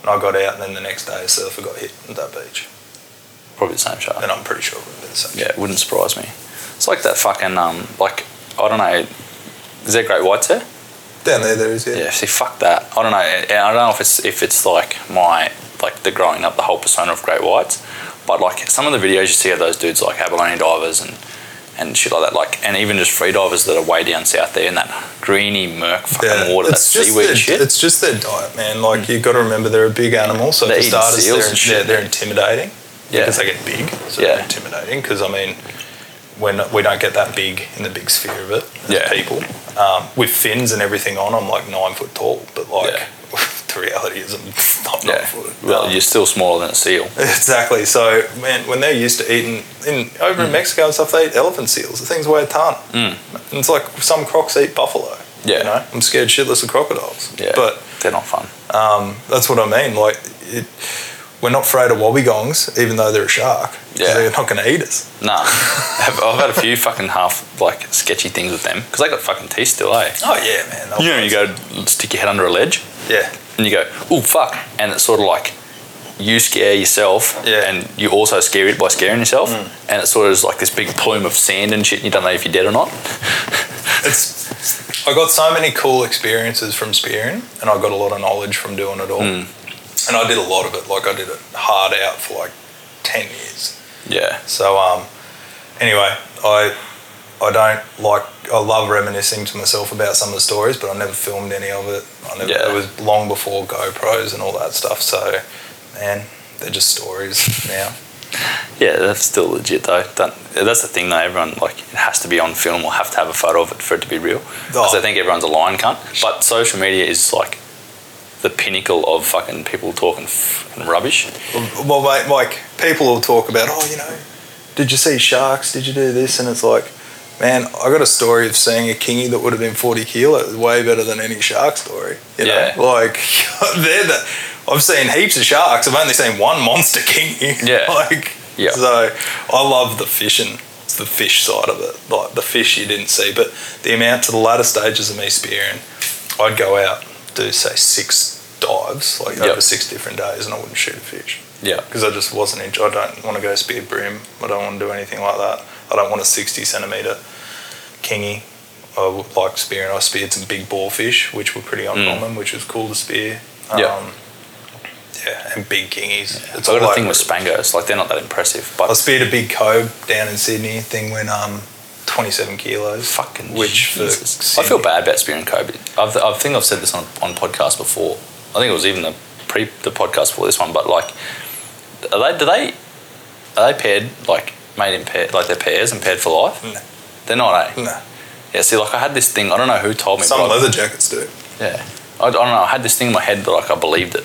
And I got out, and then the next day a surfer got hit at that beach. probably the same shark. And I'm pretty sure it would have been the same. Yeah, it wouldn't surprise me. It's like that fucking um, like I don't know. Is there great whites there? Down there, there is, yeah. Yeah, see, fuck that. I don't know. And I don't know if it's if it's like my like the growing up the whole persona of great whites, but like some of the videos you see of those dudes like abalone divers and and shit like that, like and even just free divers that are way down south there in that greeny murk fucking Yeah, water, that it's just seaweed their, shit. Mm. It's just their diet, man. Like you've got to remember, they're a big animal. So They for eat starters, seals they're, and shit. they're, they're intimidating Yeah. because they get big. So Yeah. they're intimidating because I mean, we're not, we don't get that big in the big sphere of it as Yeah. people. Um, with fins and everything on, I'm like nine foot tall, but like the reality is I'm not Yeah. food. Well, you're still smaller than a seal. Exactly. So, man, when they're used to eating in over in Mexico and stuff, they eat elephant seals. The things weigh a ton. Mm. And it's like some crocs eat buffalo. Yeah. You know, I'm scared shitless of crocodiles. Yeah. But they're not fun. um, that's what I mean. Like, it, we're not afraid of wobbegongs, even though they're a shark. 'cause Yeah. They're not going to eat us. Nah. I've, I've had a few fucking half like sketchy things with them because they got fucking teeth still, eh? Oh yeah, man. they'll- You know, you go stick your head under a ledge Yeah. and you go, "Oh fuck," and it's sort of like you scare yourself, Yeah. and you also scare it by scaring yourself, and it sort of is like this big plume of sand and shit, and you don't know if you're dead or not. it's I got so many cool experiences from spearing, and I got a lot of knowledge from doing it all. And I did a lot of it. Like I did it hard out for like ten years. Yeah, So um, anyway, I I don't like I love reminiscing to myself about some of the stories, but I never filmed any of it. I never, Yeah. It was long before GoPros and all that stuff. So man, they're just stories now. yeah, that's still legit though. Don't, that's the thing though. Everyone like it has to be on film or have to have a photo of it for it to be real. Because Oh. I think everyone's a lying cunt. But social media is like the pinnacle of fucking people talking fucking rubbish. Well, mate, like people will talk about, oh, you know, did you see sharks? Did you do this? And it's like, man, I got a story of seeing a kingy that would have been forty kilos, way better than any shark story. You Yeah. know, like they're the. I've seen heaps of sharks. I've only seen one monster kingy. Yeah. like Yeah. So I love the fishing. It's the fish side of it, like the fish you didn't see, but the amount to the latter stages of me spearing, I'd go out do say six dives, like Yep. over six different days, and I wouldn't shoot a fish Yeah, because I just wasn't. Into, I don't want to go spear brim. I don't want to do anything like that. I don't want a sixty centimeter kingy. I would like spearing. I speared some big bore fish, which were pretty uncommon, which was cool to spear. Hmm. Um, Yeah. yeah, and big kingies. it's I got a like- thing with spangos. Like they're not that impressive, I but speared a big cove down in Sydney. Thing went um, twenty seven kilos. fucking which for Jesus. I feel Sydney- bad about spearing Kobe. I've, I think I've said this on on podcast before. I think it was even the pre the podcast before this one. But like, are they do they are they paired like made in pair like they're pairs and paired for life? No. They're not, eh? No, Yeah. See, like I had this thing. I don't know who told me. some but I- leather jackets do. yeah. I, I don't know. I had this thing in my head that like I believed it.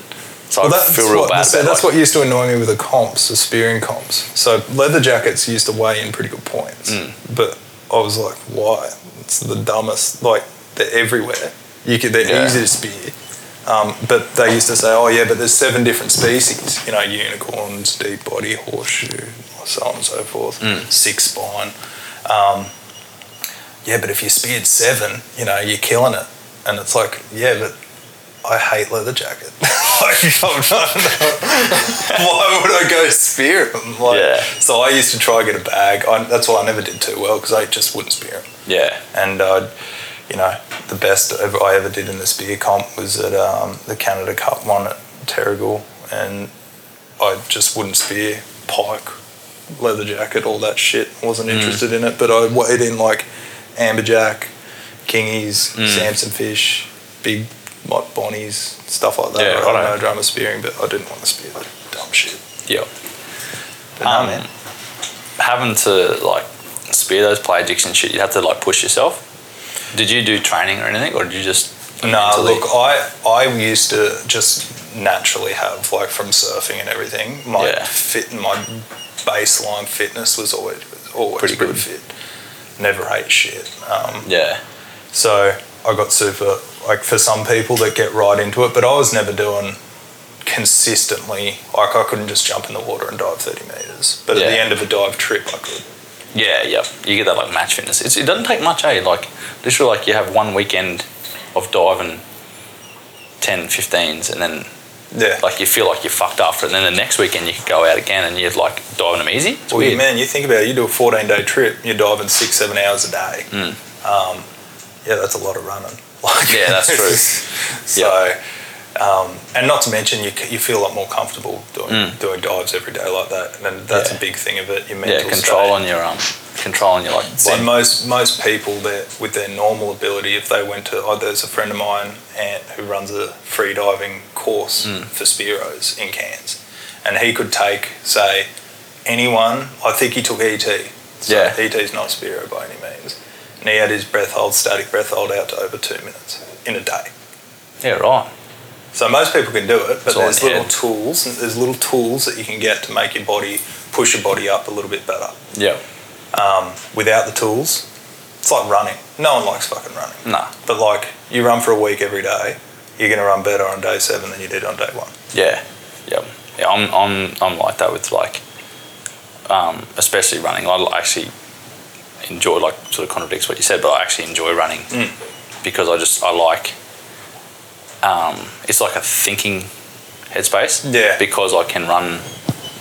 So Well, I that's feel real what, bad. so about, that's like, what used to annoy me with the comps, the spearing comps. So leather jackets used to weigh in pretty good points, Mm. but I was like, why? It's the dumbest. Like they're everywhere. You could, they're Yeah. easy to spear. Um, but they used to say, oh yeah, but there's seven different species. You know, unicorns, deep body, horseshoe, so on and so forth, Mm. six spine. Um, yeah, but if you speared seven, you know, you're killing it. And it's like, yeah, but I hate leather jacket. like, I'm not, why would I go spear him? Like, Yeah. So I used to try and get a bag. I, that's why I never did too well because I just wouldn't spear him. yeah. And uh, you know, the best ever I ever did in the spear comp was at um, the Canada Cup one at Terrigal, and I just wouldn't spear pike, leather jacket, all that shit. Mm. wasn't interested in it, but I weighed in like amberjack, kingies, Mm. Samson fish, big like bonnies, stuff like that. Yeah, I don't righto. know drama spearing, but I didn't want to spear that dumb shit. Yeah. But no, Um, man. having to like spear those play dicks and shit, you have to like push yourself. Did you do training or anything, or did you just No, mentally- look, I I used to just naturally have like from surfing and everything. My Yeah. fit, my baseline fitness was always was always Pretty pretty, good. fit. Never ate shit. Um, yeah, so I got super like for some people that get right into it, but I was never doing consistently. Like I couldn't just jump in the water and dive thirty meters, but at Yeah. the end of a dive trip, I could. yeah, yeah. You get that like match fitness. It's, it doesn't take much, eh? Like literally, like you have one weekend of diving 10, 15s, and then Yeah. like you feel like you're fucked after, it. and then the next weekend you can go out again and you're like diving them easy. It's well, weird. you- Oh, man, you think about it. You do a fourteen day trip, you're diving six, seven hours a day. Um, yeah, that's a lot of running. Like, Hmm. Yeah, that's true. so, um, and not to mention, you, c- you feel a lot more comfortable doing doing dives every day like that, and that's Hmm. Yeah. a big thing of it. Your mental yeah, control state. on your um, control on your like. See, blood- most most people that with their normal ability, if they went to, oh, there's a friend of mine Ant, who runs a free diving course Hmm. for Spiros in Cairns, and he could take say anyone. I think he took ET. So Yeah. ET's not Spiro by any means, and he had his breath hold, static breath hold out to over two minutes in a day. yeah, right. So most people can do it, but It's all there's in little head. tools. There's little tools that you can get to make your body push your body up a little bit better. Yeah. Um, without the tools, it's like running. No one likes fucking running. Nah. But like you run for a week every day, you're gonna run better on day seven than you did on day one. Yeah, yeah, yeah. I'm, I'm, I'm like that with like, um, especially running. I l- actually enjoy like sort of contradicts what you said, but I actually enjoy running Mm. because I just I like. Um, it's like a thinking headspace. Yeah. Because I can run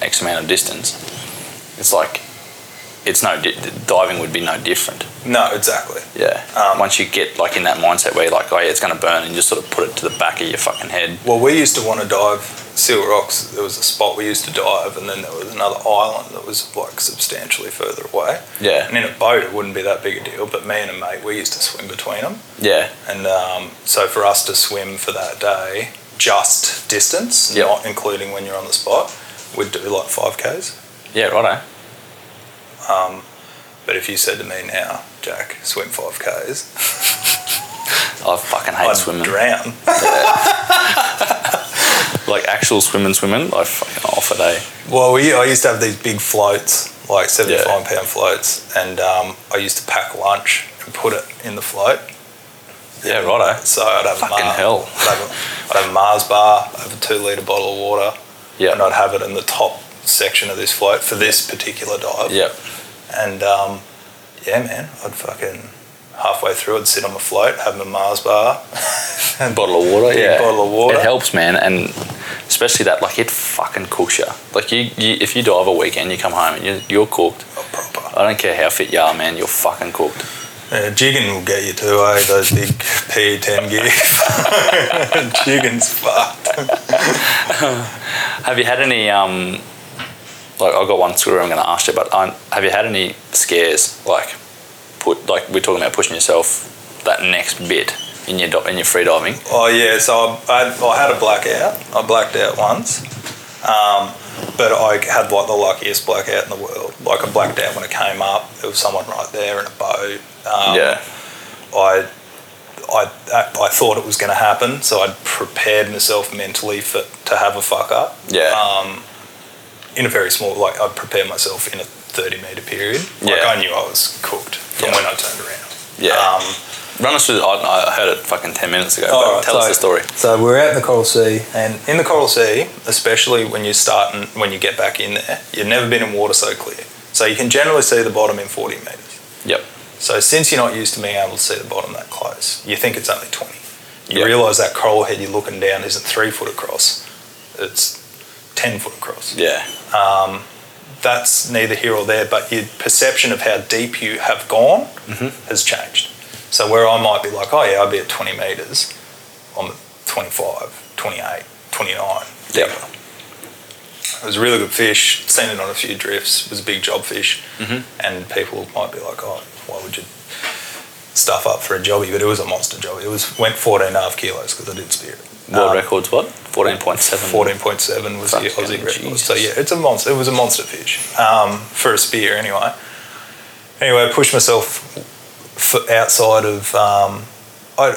X amount of distance. It's like, it's no di- diving would be no different. No, exactly. Yeah. Um, Once you get like in that mindset where you're like, oh yeah, it's gonna burn, and you just sort of put it to the back of your fucking head. Well, we used to want to dive Seal Rocks. There was a spot we used to dive, and then there was another island that was like substantially further away. Yeah. And in a boat, it wouldn't be that big a deal. But me and a mate, we used to swim between them. Yeah. And um, so for us to swim for that day, just distance, Yep. not including when you're on the spot, we'd do like 5Ks. Yeah. Righto. Um, but if you said to me now, Jack, swim 5Ks, I fucking hate I'd swimming. drown. Like actual swimming, swimming. I fucking off eh? a day. Well, we, I used to have these big floats, like 75 Yeah. pound floats, and um, I used to pack lunch and put it in the float. Yeah, righto. So I'd have Fucking Mar- hell. I'd have, a, I'd have a Mars bar, I'd have a two litre bottle of water, and Yeah. I'd have it in the top section of this float for this particular dive. Yeah. And um, yeah, man, I'd fucking halfway through, I'd sit on the float, have my Mars bar, and Bottle of water. Big Yeah. bottle of water. It helps, man, and especially that. Like it fucking cooks you. Like you, you if you dive a weekend, you come home and you, you're cooked. Oh, proper. I don't care how fit you are, man. You're fucking cooked. Yeah, jigging will get you too, eh? Those big P10 gear. Jigging's fucked. Have you had any? Um, like I got one story I'm going to ask you, but um, have you had any scares? Like, put like we're talking about pushing yourself that next bit in your di- in your free diving. Oh yeah, so I, I, I had a blackout. I blacked out once, um, but I had like the luckiest blackout in the world. Like I blacked out when I came up. There was someone right there in a boat. Um, yeah. I, I, I thought it was going to happen, so I'd prepared myself mentally for to have a fuck up. Yeah. Um, in a very small, like I'd prepared myself in a thirty meter period. Like Yeah. I knew I was cooked from Yeah. when I turned around. Yeah. Um, Run us through. I, I heard it fucking ten minutes ago. All but right, tell us so- the story. So we're out in the Coral Sea, and in the Coral Sea, especially when you start and when you get back in there, you've never been in water so clear. So you can generally see the bottom in forty meters. Yep. So since you're not used to being able to see the bottom that close, you think it's only twenty. You Yeah. realise that coral head you're looking down isn't three foot across; it's ten foot across Yeah. um, that's neither here or there, but your perception of how deep you have gone has changed. So where I might be like, oh yeah, I'll be at 20 metres, I'm at 25, 28, 29. Yep. It was a really good fish, seen it on a few drifts, was a big job fish, and people might be like, oh, why would you stuff up for a jobby? But it was a monster jobby. It was went 14 and a half kilos because I did spear it. World Um, records. What? Fourteen point seven. 14.7 was the Fucking Aussie record. Jesus. So yeah, it's a monster. It was a monster fish um, for a spear anyway. Anyway, I pushed myself f- outside of. Um, I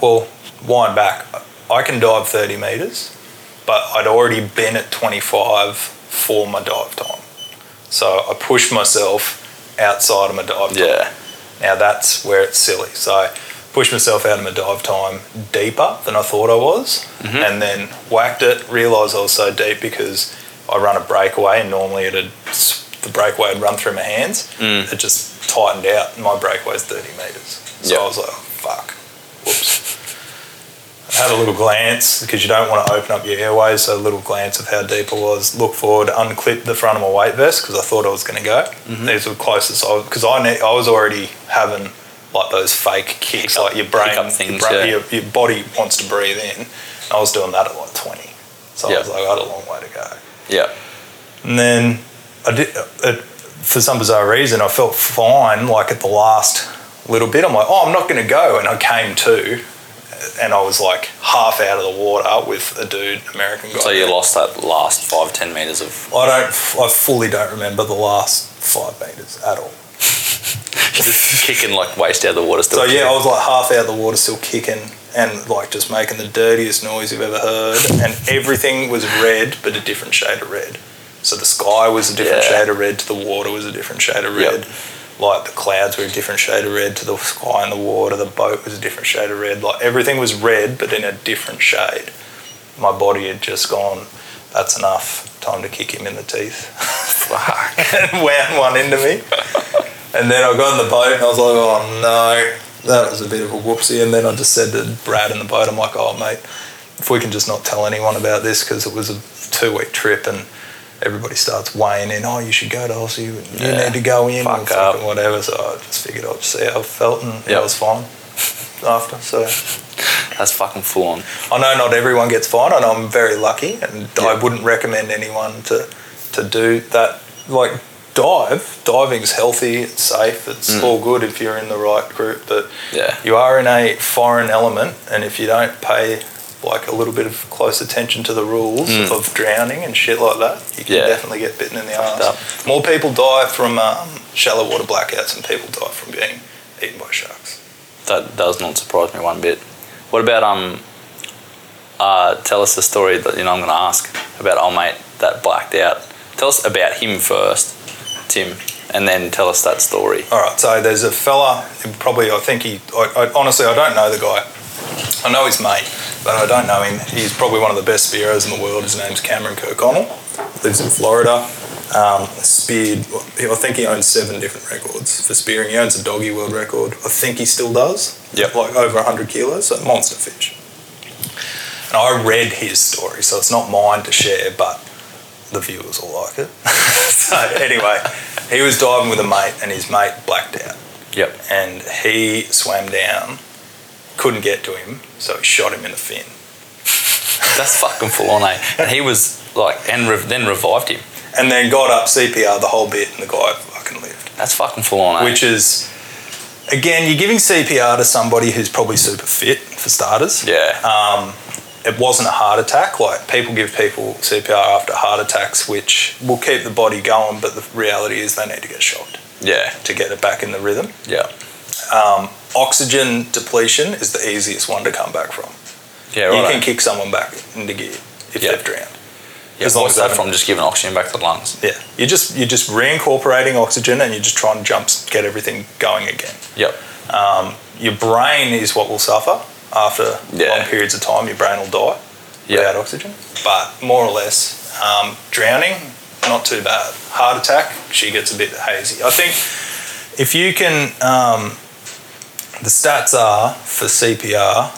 well, wind back. I can dive 30 meters, but I'd already been at 25 for my dive time. So I pushed myself outside of my dive time. Yeah. Now that's where it's silly. So I pushed myself out of my dive time deeper than I thought I was, and then whacked it. Realised I was so deep because I run a breakaway, and normally it'd the breakaway would run through my hands. It just tightened out, and my breakaway's thirty meters. So Yep. I was like, "Fuck, whoops." I had a little glance because you don't want to open up your airways. So a little glance of how deep I was. Look forward, unclip the front of my weight vest because I thought I was going to go. Mm-hmm. These were closest. I because I ne- I was already having like those fake kicks, like your brain, hiccup things, your, bra- yeah. your, your body wants to breathe in. And I was doing that at like twenty, so Yeah. I was like, I had a long way to go. Yep. And then I did, uh, it, for some bizarre reason, I felt fine like at the last little bit. I'm like, oh, I'm not going to go. And I came to, and I was like half out of the water with a dude, American guy. So you lost that last five ten meters of. I don't, I fully don't remember the last five meters at all. Just kicking like waist out of the water. Still So yeah, I kicking. was like half out of the water, still kicking, and like just making the dirtiest noise you've ever heard. And everything was red, but a different shade of red. So the sky was a different Yeah. shade of red to the water was a different shade of Yep. red. Like the clouds were a different shade of red to the sky and the water. The boat was a different shade of red. Like everything was red, but in a different shade. My body had just gone. That's enough. Time to kick him in the teeth. Fuck. and wound one into me. And then I got in the boat and I was like, oh no, that was a bit of a whoopsie. And then I just said to Brad in the boat, I'm like, oh mate, if we can just not tell anyone about this because it was a two week trip and everybody starts weighing in, oh, you should go to Aussie, you Yeah. need to go in, Fuck or up. fucking whatever. So I just figured I'd just see how I felt and yeah, Yep. I was fine after. So That's fucking full on. I know not everyone gets fine. I know I'm very lucky, and I wouldn't recommend anyone to to do that. Like dive, diving's healthy, it's safe, Mm. it's all good if you're in the right group. But Yeah. you are in a foreign element, and if you don't pay like a little bit of close attention to the rules of drowning and shit like that, you can Mm. Yeah. definitely get bitten in the up. ass. More people die from um, shallow water blackouts than people die from being eaten by sharks. That does not surprise me one bit. What about um? Uh, tell us the story that you know I'm going to ask about old mate that blacked out. Tell us about him first, Tim, and then tell us that story. All right. So there's a fella. Probably, I think he. I, I, honestly, I don't know the guy. I know his mate, but I don't know him. He's probably one of the best spearers in the world. His name's Cameron Kirkconnell. Lives in Florida. Um, speared. I think he owns seven different records for spearing. He owns a doggy world record. I think he still does. Yep. Like over 100 kilos. So monster fish. And I read his story, so it's not mine to share, but the viewers will like it. so anyway, he was diving with a mate, and his mate blacked out Yep. and he swam down, couldn't get to him, so he shot him in the fin. That's fucking full on, eh? And he was like, and rev then revived him. And then got up CPR the whole bit, and the guy fucking lived. That's fucking full on, eh? Which is, again, you're giving CPR to somebody who's probably super fit for starters. yeah. Um, it wasn't a heart attack. Like people give people CPR after heart attacks, which will keep the body going, but the reality is they need to get shocked yeah. to get it back in the rhythm. Yeah. Um, oxygen depletion is the easiest one to come back from. Yeah. you Right. can kick someone back into gear if Yeah. they've drowned. yeah, as long what's as that I- from? Just giving oxygen back to the lungs. Yeah, you're just you're just reincorporating oxygen and you're just trying to jump get everything going again. Yep. Um, your brain is what will suffer after Yeah. long periods of time. Your brain will die without Yeah. oxygen. But more or less, um, drowning not too bad. Heart attack she gets a bit hazy. I think if you can, um, the stats are for CPR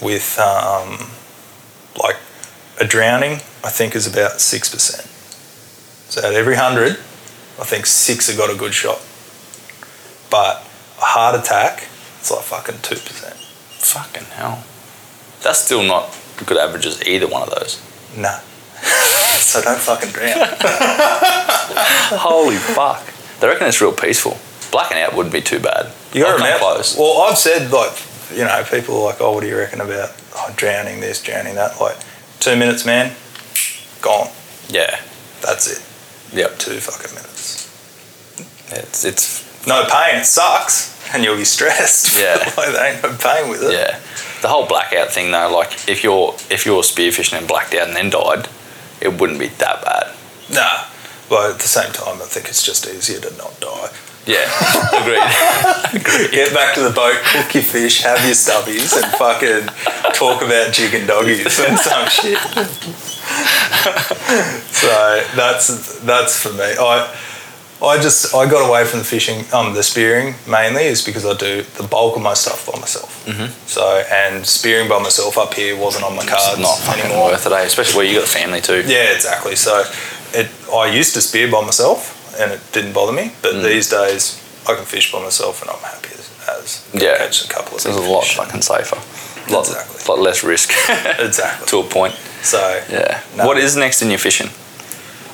with um, like a drowning, I think is about 6%. So at every 100, I think six have got a good shot. But a heart attack, it's like fucking 2%. Fucking hell. That's still not good averages either one of those. Nah. so don't fucking drown. Holy fuck. They reckon it's real peaceful. Blacking out wouldn't be too bad. You got I've come to close. close. Well, I've said, like, you know, people are like, oh, what do you reckon about oh, drowning this, drowning that? Like, two minutes, man, gone. Yeah. That's it. Yep. Two fucking minutes. It's, it's, No pain, it sucks, and you'll be stressed. Yeah. like, there ain't no pain with it. yeah. The whole blackout thing though, like if you're, if you're spearfishing and blacked out and then died, it wouldn't be that bad. Nah. But at the same time, I think it's just easier to not die. Yeah. Agreed. Get back to the boat, cook your fish, have your stubbies, and fucking talk about jig and doggies and some shit. so that's that's for me. I I just I got away from the fishing, um, the spearing mainly is because I do the bulk of my stuff by myself. Mm-hmm. So and spearing by myself up here wasn't on my cards It's not fucking anymore. worth it, eh? Especially where you got a family too. Yeah, exactly. So, it I used to spear by myself, and it didn't bother me. But Mm. these days, I can fish by myself, and I'm happy as, as can Yeah. catch a couple of So it's a big lot fish. fucking safer. Lot, Exactly. lot less risk Exactly. to a point. So, Yeah. No. What is next in your fishing?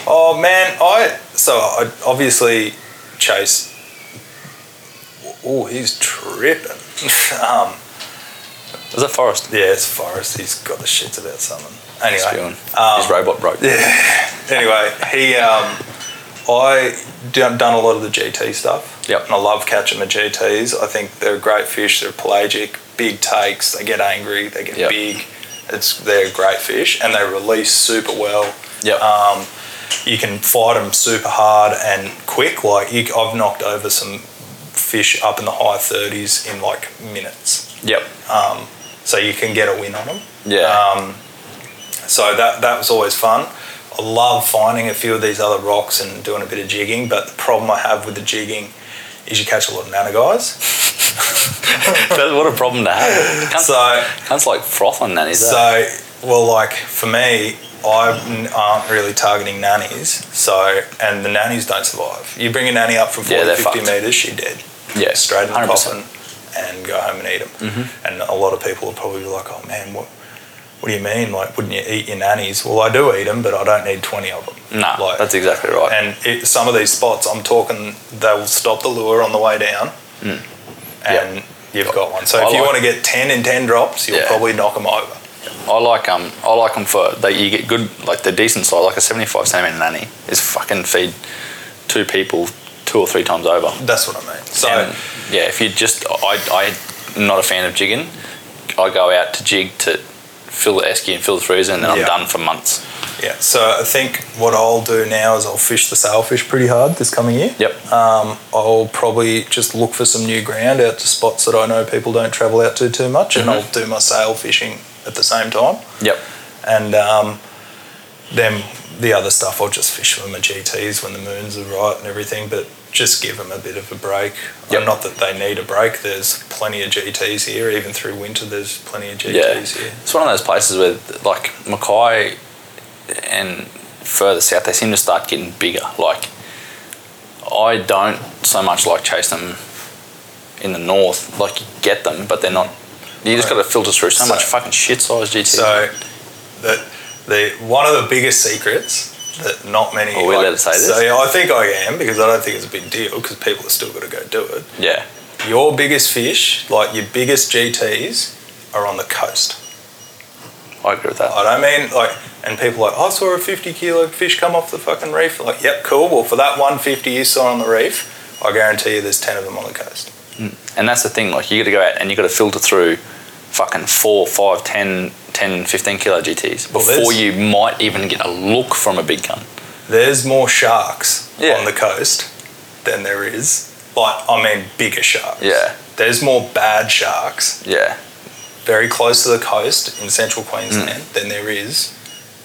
oh man, I so I obviously chase. Oh, he's tripping. um, Is that forest? yeah, it's Forrest. He's got the shits about something. He's Anyway, feeling- His robot broke. anyway, he um, I do- done a lot of the GT stuff. Yep. And I love catching the GTs. I think they're great fish. They're pelagic, big takes. They get angry. They get Yep. big. It's they're great fish and they release super well. Yep. Um, you can fight them super hard and quick. Like you, I've knocked over some fish up in the high 30s in like minutes. Yep. Um, so you can get a win on them. Yeah. Um, so that that was always fun. I love finding a few of these other rocks and doing a bit of jigging, but the problem I have with the jigging is you catch a lot of nana guys. That- what a problem to have. Cunts, So cunts like froth on that, is that? so well, like for me, I n- aren't really targeting nannies. So and the nannies don't survive. You bring a nanny up from 40, Yeah, they're 50 fucked. meters, she dead. Yeah. straight in the 100%. coffin and go home and eat them. Mm-hmm. And a lot of people would probably be like, oh man, what, what do you mean? Like, wouldn't you eat your nannies? Well, I do eat them, but I don't need 20 of them. No, like, that's exactly right. And it, some of these spots, I'm talking, they will stop the lure on the way down and you've got one. So Mm. I if you like- want to get 10 in 10 drops, you'll Yeah. probably knock them over. I like um I like them for that you get good like the decent size like a seventy five centimeter nanny is fucking feed two people two or three times over. That's what I mean. So, And, yeah, if you just I I'm not a fan of jigging. I go out to jig to fill the esky and fill the freezer and then I'm Yeah. done for months. yeah. So I think what I'll do now is I'll fish the sailfish pretty hard this coming year. Yep. um, I'll probably just look for some new ground out to spots that I know people don't travel out to too much, and I'll do my sail fishing at the same time. Mm-hmm. Yep. And um, then the other stuff, I'll just fish for my GTs when the moons are right and everything, but just give them a bit of a break. Yep. Not that they need a break, there's plenty of GTs here, even through winter, there's plenty of GTs Yeah. here. It's one of those places where like Mackay and further south they seem to start getting bigger. Like I don't so much like chase them in the north. Like you get them, but they're not. You just got to filter through so, So- much fucking shit sized GT. So the the one of the biggest secrets that not many. Are we allowed to say this? So yeah, I think I am because I don't think it's a big deal because people are still got to go do it. yeah, Your biggest fish, like your biggest GTs, are on the coast. I agree with that. I don't mean like, and people are like "Oh, I saw a fifty kilo fish come off the fucking reef. Like, yep, cool. Well, for that one fifty you saw on the reef. I guarantee you, there's ten of them on the coast. And that's the thing. Like you got to go out and you got to filter through fucking four, five, 10, 10, 15 kilo GTs Well, before there's- you might even get a look from a big gun. There's more sharks Yeah. on the coast than there is. Like, I mean, bigger sharks. Yeah. There's more bad sharks Yeah. very close to the coast in central Queensland than there is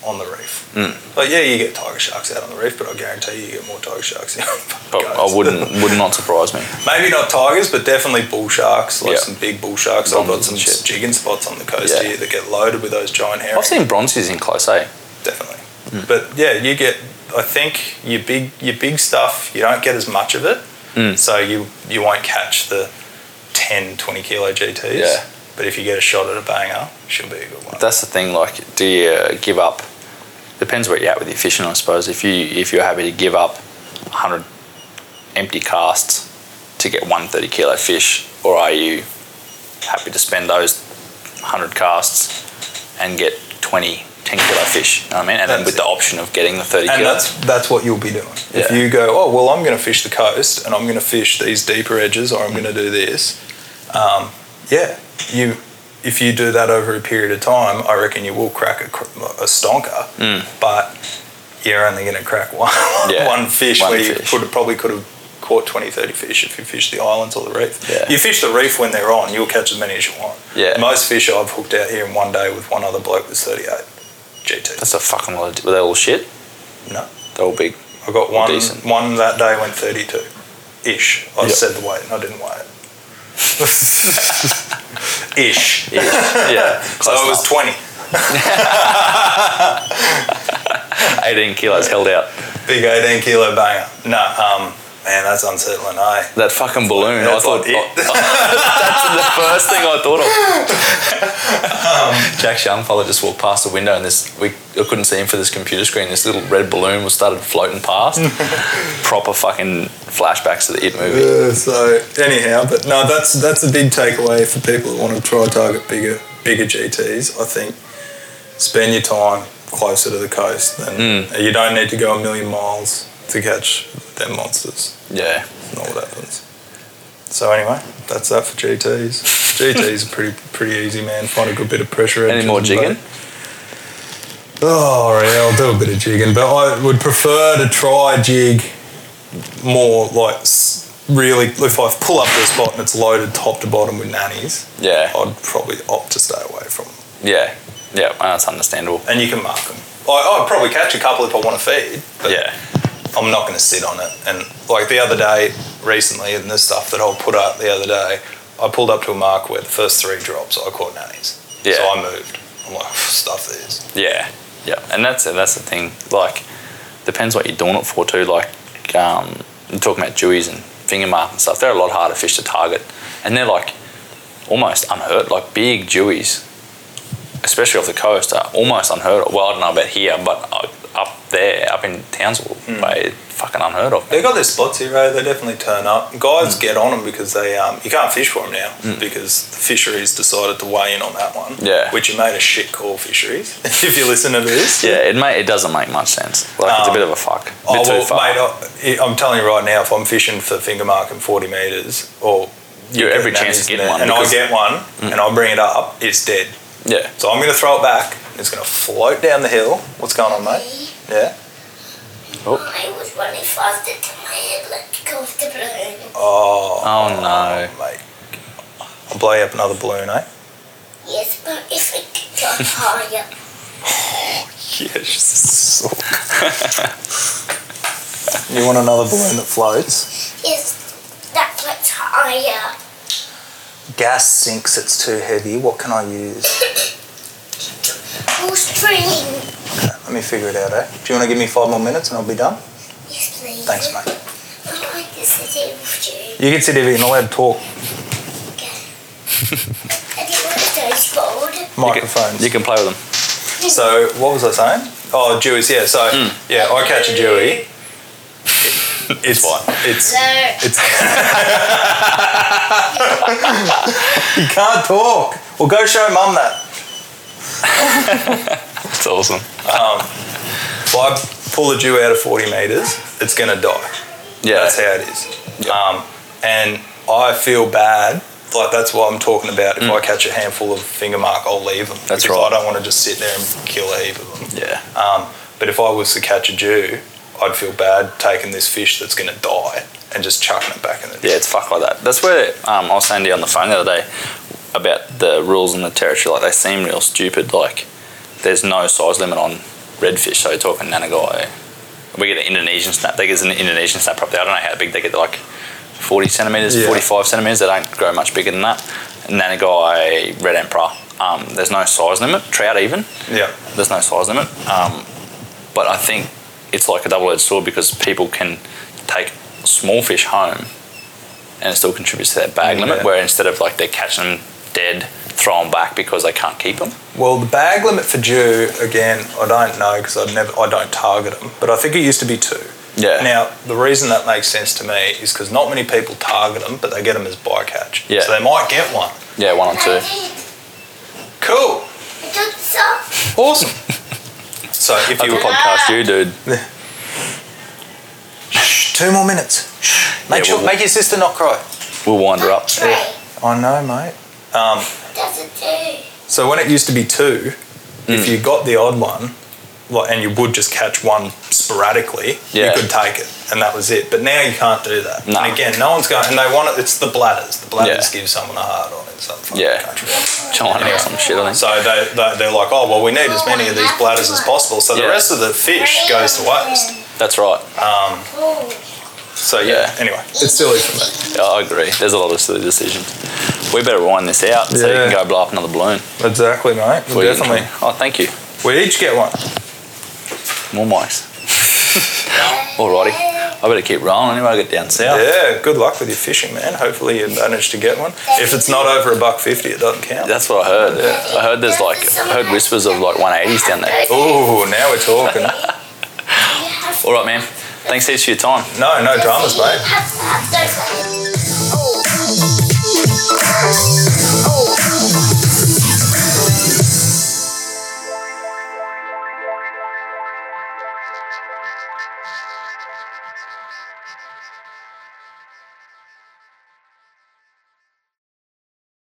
on the reef. Mm. Like, yeah, you get tiger sharks out on the reef, but I guarantee you, you get more tiger sharks out on the But coast. Oh, I wouldn't would not surprise me. Maybe not tigers, but definitely bull sharks, like Yeah. some big bull sharks. I've got Bronzes some and shit. jigging spots on the coast Yeah. here that get loaded with those giant herring. I've seen bronzes in close, eh? definitely. But yeah, you get. I think your big your big stuff. You don't get as much of it, Mm. so you you won't catch the 10, 20 kilo GTs. Yeah. But if you get a shot at a banger, she'll be a good one. That's the thing. Like, do you give up? Depends where you're at with your fishing, I suppose. If you if you're happy to give up 100 empty casts to get 130 kilo fish, or are you happy to spend those 100 casts and get 20 10 kilo fish? You know what I mean, and then That's with the option of getting the 30 and kilo. that's that's what you'll be doing. If Yeah. you go, oh well, I'm going to fish the coast, and I'm going to fish these deeper edges, or I'm going to do this. Um, yeah, you. If you do that over a period of time, I reckon you will crack a, cr- a stonker, Mm. but you're only going to crack one Yeah, one fish one where fish. you could probably could have caught 20, 30 fish if you fish the islands or the reef. Yeah. You fish the reef when they're on, you'll catch as many as you want. Yeah. Most fish I've hooked out here in one day with one other bloke was 38 GT. that's a fucking lot. Of, were they all shit? No. They're all big. I got one Decent. one that day went 32 ish. I Yep. said the weight and I didn't weigh it. ish. Yeah, yeah. So close it was enough. 20. 18 kilos held out. Big 18 kilo banger. No, um, man, that's unsettling, eh? That fucking balloon. I That's thought like it. that's the first thing I thought of. Um, Jack Youngfellow just walked past the window, and this we I couldn't see him for this computer screen. This little red balloon was started floating past. Proper fucking flashbacks to the It movie. Yeah, Uh, so anyhow, but no, that's that's a big takeaway for people that want to try and target bigger bigger GTs. I think spend your time closer to the coast, and you don't need to go a million miles to catch them monsters. Yeah. Not what happens. So anyway, that's that for GTs. GTs are pretty pretty easy, man. Find a good bit of pressure. Any edges more and jigging? bait. Oh, yeah, I'll do a bit of jigging, but I would prefer to try jig more like s- really. If I pull up to a spot and it's loaded top to bottom with nannies, Yeah. I'd probably opt to stay away from them. Yeah. Yeah. Well, that's understandable. And you can mark them. I, I'd probably catch a couple if I want to feed, but Yeah. I'm not going to sit on it. And like the other day, recently, and this stuff that I'll put up the other day, I pulled up to a mark where the first three drops I caught nannies. Yeah. So I moved. I'm like, stuff this. Yeah, yeah, and that's that's the thing. Like, depends what you're doing it for too. Like, um, you're talking about dewies and finger mark and stuff. They're a lot harder fish to target, and they're like almost unheard. Like big dewies, especially off the coast, are almost unheard. of. Well, I don't know about here, but uh, up there, up in Townsville, they fucking unheard of. They got their spots here, eh? They definitely turn up. Mm. Guys get on them because they um, you can't fish for them now because the fisheries decided to weigh in on that one. Yeah. Which you made a shit call, fisheries. if you listen to this. Yeah, it may, it doesn't make much sense. Like it's a bit of a fuck. Bit Oh, too well, far. mate, I, I'm telling you right now, if I'm fishing for finger mark and 40 metres, or You have every chance of getting one. and I because- Mm. get one, and I bring it up, it's dead. yeah, So I'm going to throw it back. It's going to float down the hill. What's going on, mate? Yeah. Oh. I was running faster to my head like comfortable. Oh, Oh, no. mate. I'll blow you up another balloon, eh? Yes, but if it got higher, Yes. you want another balloon that floats? yes, that much higher. Gas sinks. It's too heavy. What can I use? Full string. Let me figure it out, eh? Do you want to give me five more minutes and I'll be done? Yes, please. Thanks, mate. I like to sit here with you. You can sit here. You're not allowed to talk. I didn't want to go spoiled. Microphones. you can play with them. So what was I saying? Oh, Dewey's. Yeah. So Hmm. yeah, I catch a Dewey. It's what? It's No. it's. you can't talk. Well, go show mum that. It's awesome. If I pull a Jew out of forty meters, it's gonna die. Yeah, That's how it is. Um, and I feel bad. Like that's what I'm talking about. If I catch a handful of finger mark, I'll leave them. Hmm. That's because right. I don't want to just sit there and kill a heap of them. yeah. Um, but if I was to catch a Jew, I'd feel bad taking this fish that's going to die and just chucking it back in the Yeah, it's fuck like that. That's where um, I was saying to you on the phone the other day about the rules in the territory. Like they seem real stupid. Like there's no size limit on redfish. So you're talking nanagai. We get an Indonesian snap. They get an Indonesian snap probably. I don't know how big they get. Like 40 centimeters, Yeah. 45 centimeters. They don't grow much bigger than that. Nanagai, red emperor. Um, there's no size limit. Trout even Yeah. there's no size limit. Um, but I think it's like a double-edged sword because people can take small fish home, and it still contributes to that bag Mm, limit. yeah. Where instead of like they catch them dead, throw them back because they can't keep them. Well, the bag limit for Jew again, I don't know because I never, I don't target them. But I think it used to be two. Yeah. Now the reason that makes sense to me is because not many people target them, but they get them as bycatch. Yeah. So they might get one. Yeah, one or I two. did. Cool. I took this off. Awesome. so if you The were podcast you, dude. Shh, two more minutes. Shh. Make Yeah, sure, well- make your sister not cry. We'll wind her up. Tray. I know, mate. Doesn't do. So when it used to be two, if Hmm. you got the odd one, like, and you would just catch one sporadically, Yeah. you could take it, and that was it. But now you can't do that. No. And again, no one's going, and they want it. It's the bladders. The bladders Yeah. give someone a hard on in some fucking Yeah. country. China or some shit. I think. So they, they they're like, oh well, we need as many of these bladders as possible. So Yeah. the rest of the fish goes to waste. That's right. Oh, So yeah. Yeah. Anyway, it's silly for me. Yeah, I agree. There's a lot of silly decisions. We better wind this out so you Yeah. can go blow up another balloon. Exactly, mate. before you get in Definitely. trouble. Oh, thank you. We each get one. More mics. Alrighty. I better keep rolling anyway. I get down south. Yeah. Good luck with your fishing, man. Hopefully you manage to get one. If it's not over a buck fifty, it doesn't count. That's what I heard. I heard there's like I heard whispers of like 180s down there. Oh, now we're talking. you have All right, man. Thanks heaps for your time. No, no dramas, mate. Have, have, have, have.